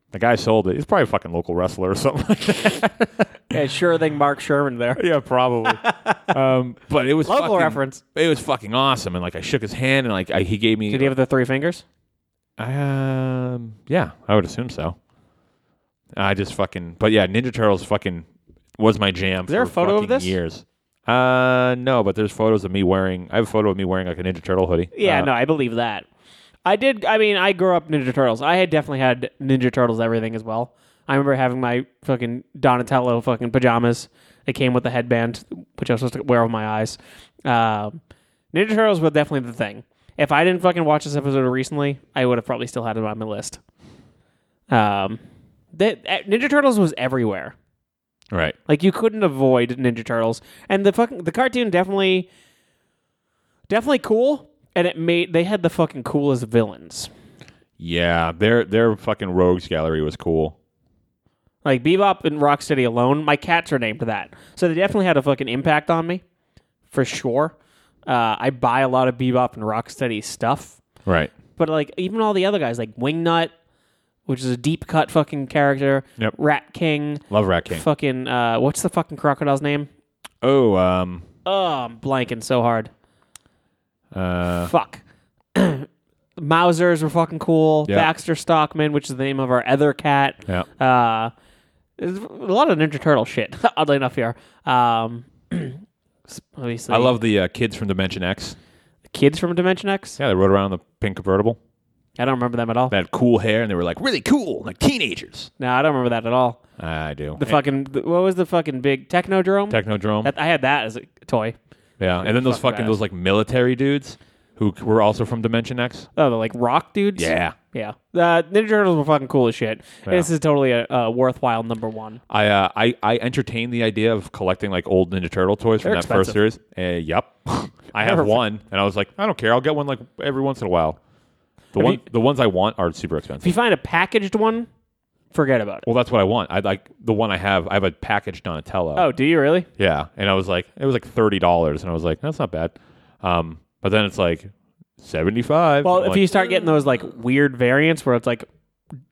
Speaker 1: the guy sold it. He's probably a fucking local wrestler or something like that.
Speaker 4: Yeah, sure thing, Mark Sherman there.
Speaker 1: Yeah, probably. um, but it was
Speaker 4: Local
Speaker 1: fucking-
Speaker 4: reference.
Speaker 1: It was fucking awesome, and like I shook his hand, and like I, he gave me.
Speaker 4: Did he have the three fingers?
Speaker 1: um, yeah, I would assume so. I just fucking, but yeah, Ninja Turtles fucking was my jam. Is
Speaker 4: there a photo of this?
Speaker 1: Years. Uh, no, but there's photos of me wearing. I have a photo of me wearing like a Ninja Turtle hoodie.
Speaker 4: Yeah,
Speaker 1: Uh,
Speaker 4: no, I believe that. I did. I mean, I grew up Ninja Turtles. I had definitely had Ninja Turtles everything as well. I remember having my fucking Donatello fucking pajamas. It came with the headband, which I was supposed to wear over my eyes. Um, Ninja Turtles were definitely the thing. If I didn't fucking watch this episode recently, I would have probably still had it on my list. Um, that uh, Ninja Turtles was everywhere.
Speaker 1: Right.
Speaker 4: Like you couldn't avoid Ninja Turtles, and the fucking the cartoon definitely, definitely cool. And it made they had the fucking coolest villains.
Speaker 1: Yeah, their their fucking rogues gallery was cool.
Speaker 4: Like Bebop and Rocksteady alone, my cats are named that. So they definitely had a fucking impact on me, for sure. Uh, I buy a lot of Bebop and Rocksteady stuff,
Speaker 1: Right.
Speaker 4: but like even all the other guys, like Wingnut, which is a deep cut fucking character.
Speaker 1: Yep.
Speaker 4: Rat King.
Speaker 1: Love Rat King.
Speaker 4: Fucking uh, what's the fucking crocodile's name?
Speaker 1: Oh, um,
Speaker 4: Oh, I'm blanking so hard.
Speaker 1: uh,
Speaker 4: Fuck. Mausers were fucking cool.
Speaker 1: Yeah.
Speaker 4: Baxter Stockman, which is the name of our other cat.
Speaker 1: yeah.
Speaker 4: Uh, there's a lot of Ninja Turtle shit, oddly enough, here. Um, obviously,
Speaker 1: I love the uh, kids from Dimension X.
Speaker 4: kids from Dimension X.
Speaker 1: Yeah, they rode around the pink convertible.
Speaker 4: I don't remember them at all.
Speaker 1: They had cool hair, and they were like really cool, like teenagers.
Speaker 4: No, I don't remember that at all.
Speaker 1: I do.
Speaker 4: The fucking, th- what was the fucking big Technodrome?
Speaker 1: Technodrome.
Speaker 4: That- I had that as a toy.
Speaker 1: yeah, and then those
Speaker 4: fucking
Speaker 1: fucking those like military dudes who c- were also from Dimension X.
Speaker 4: Oh, the like rock dudes?
Speaker 1: Yeah.
Speaker 4: Yeah. Uh, Ninja Turtles were fucking cool as shit.
Speaker 1: Yeah.
Speaker 4: This is totally a, a worthwhile number one.
Speaker 1: I uh, I I entertained the idea of collecting like old Ninja Turtle toys from
Speaker 4: They're
Speaker 1: that first series. Uh, yep, I have
Speaker 4: Perfect.
Speaker 1: one, and I was like, I don't care. I'll get one like every once in a while. The one
Speaker 4: you-
Speaker 1: the ones I want are super
Speaker 4: If you
Speaker 1: expensive.
Speaker 4: find a packaged one, Forget about it.
Speaker 1: Well, that's what I want. I like the one I have. I have a packaged Donatello.
Speaker 4: Oh, do you really?
Speaker 1: yeah. And I was like, it was like thirty dollars, and I was like, that's not bad. Um, but then it's like seventy five.
Speaker 4: Well, if you start getting those like weird variants where it's like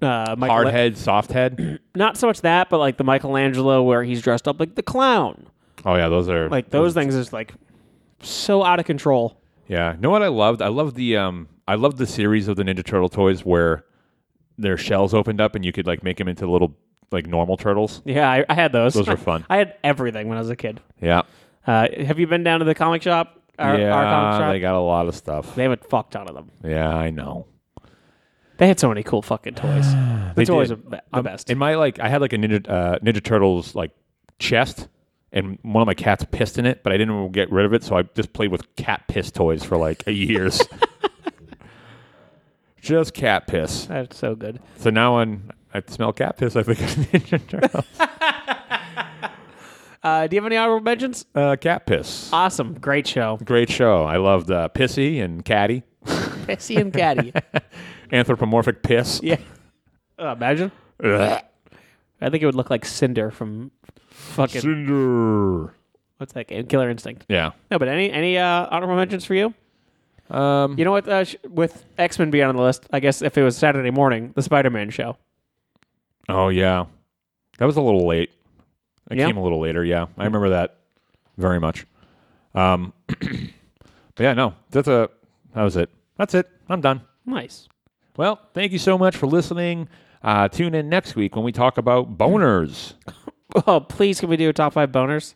Speaker 4: uh, Michael-
Speaker 1: hard head, soft head.
Speaker 4: not so much that, but like the Michelangelo where he's dressed up like the clown.
Speaker 1: oh yeah, those are
Speaker 4: Like those things is like so out of control.
Speaker 1: Yeah. You know what I loved? I loved the um I loved the series of the Ninja Turtle toys where their shells opened up and you could like make them into little like normal turtles.
Speaker 4: Yeah, I, I had those.
Speaker 1: Those were fun.
Speaker 4: I had everything when I was a kid.
Speaker 1: Yeah.
Speaker 4: Uh, have you been down to the comic shop? Our,
Speaker 1: yeah,
Speaker 4: our comic shop.
Speaker 1: they got a lot of stuff.
Speaker 4: they have a fuck ton of them.
Speaker 1: Yeah, I know. they
Speaker 4: They had so many cool fucking toys. That's always a,
Speaker 1: did.
Speaker 4: the
Speaker 1: Um,
Speaker 4: best.
Speaker 1: In my like I had like a Ninja uh, Ninja Turtles like chest and one of my cats pissed in it, but I didn't get rid of it, so I just played with cat piss toys for like years. just cat piss.
Speaker 4: That's so good.
Speaker 1: So now on I smell cat piss, I think it's Ninja Turtles.
Speaker 4: Uh, do you have any honorable mentions?
Speaker 1: Uh, cat piss.
Speaker 4: Awesome, great show.
Speaker 1: Great show. I loved uh, Pissy and Caddy.
Speaker 4: Pissy and Caddy.
Speaker 1: Anthropomorphic piss.
Speaker 4: yeah. Uh, imagine.
Speaker 1: Ugh.
Speaker 4: I think it would look like Cinder from fucking
Speaker 1: Cinder.
Speaker 4: what's that game? Killer Instinct.
Speaker 1: Yeah.
Speaker 4: No, but any any uh, honorable mentions for you? Um, you know what? Uh, sh- with X Men being on the list, I guess if it was Saturday morning, the Spider Man show.
Speaker 1: Oh yeah. That was a little late. It
Speaker 4: Yeah?
Speaker 1: came a little later. Yeah, I remember that very much. Um, but yeah, no, that's a that was it. That's it. I'm done.
Speaker 4: Nice.
Speaker 1: Well, thank you so much for listening. Uh, tune in next week when we talk about boners.
Speaker 4: Oh, please, can we do a top five boners?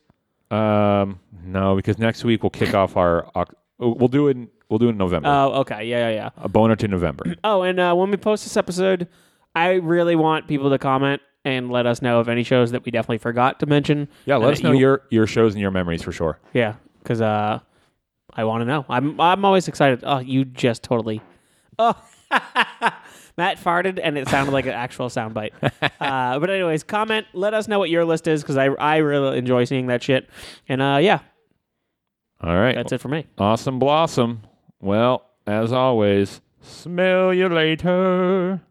Speaker 1: Um, no, because next week we'll kick off our. Oc- we'll do it. in- We'll do it in November.
Speaker 4: Oh, okay. Yeah, yeah, yeah.
Speaker 1: a boner to November.
Speaker 4: Oh, and uh, when we post this episode, I really want people to comment and let us know of any shows that we definitely forgot to mention.
Speaker 1: Yeah,
Speaker 4: And
Speaker 1: let us
Speaker 4: that
Speaker 1: know
Speaker 4: you-
Speaker 1: your your shows and your memories for sure.
Speaker 4: Yeah, because uh, I want to know. I'm I'm always excited. Oh, you just totally. Oh, Matt farted, and it sounded like an actual soundbite. Uh, but anyways, comment. Let us know what your list is because I I really enjoy seeing that shit. And uh, yeah,
Speaker 1: All right.
Speaker 4: that's it for me.
Speaker 1: Awesome Blossom. Well, as always, smell you later.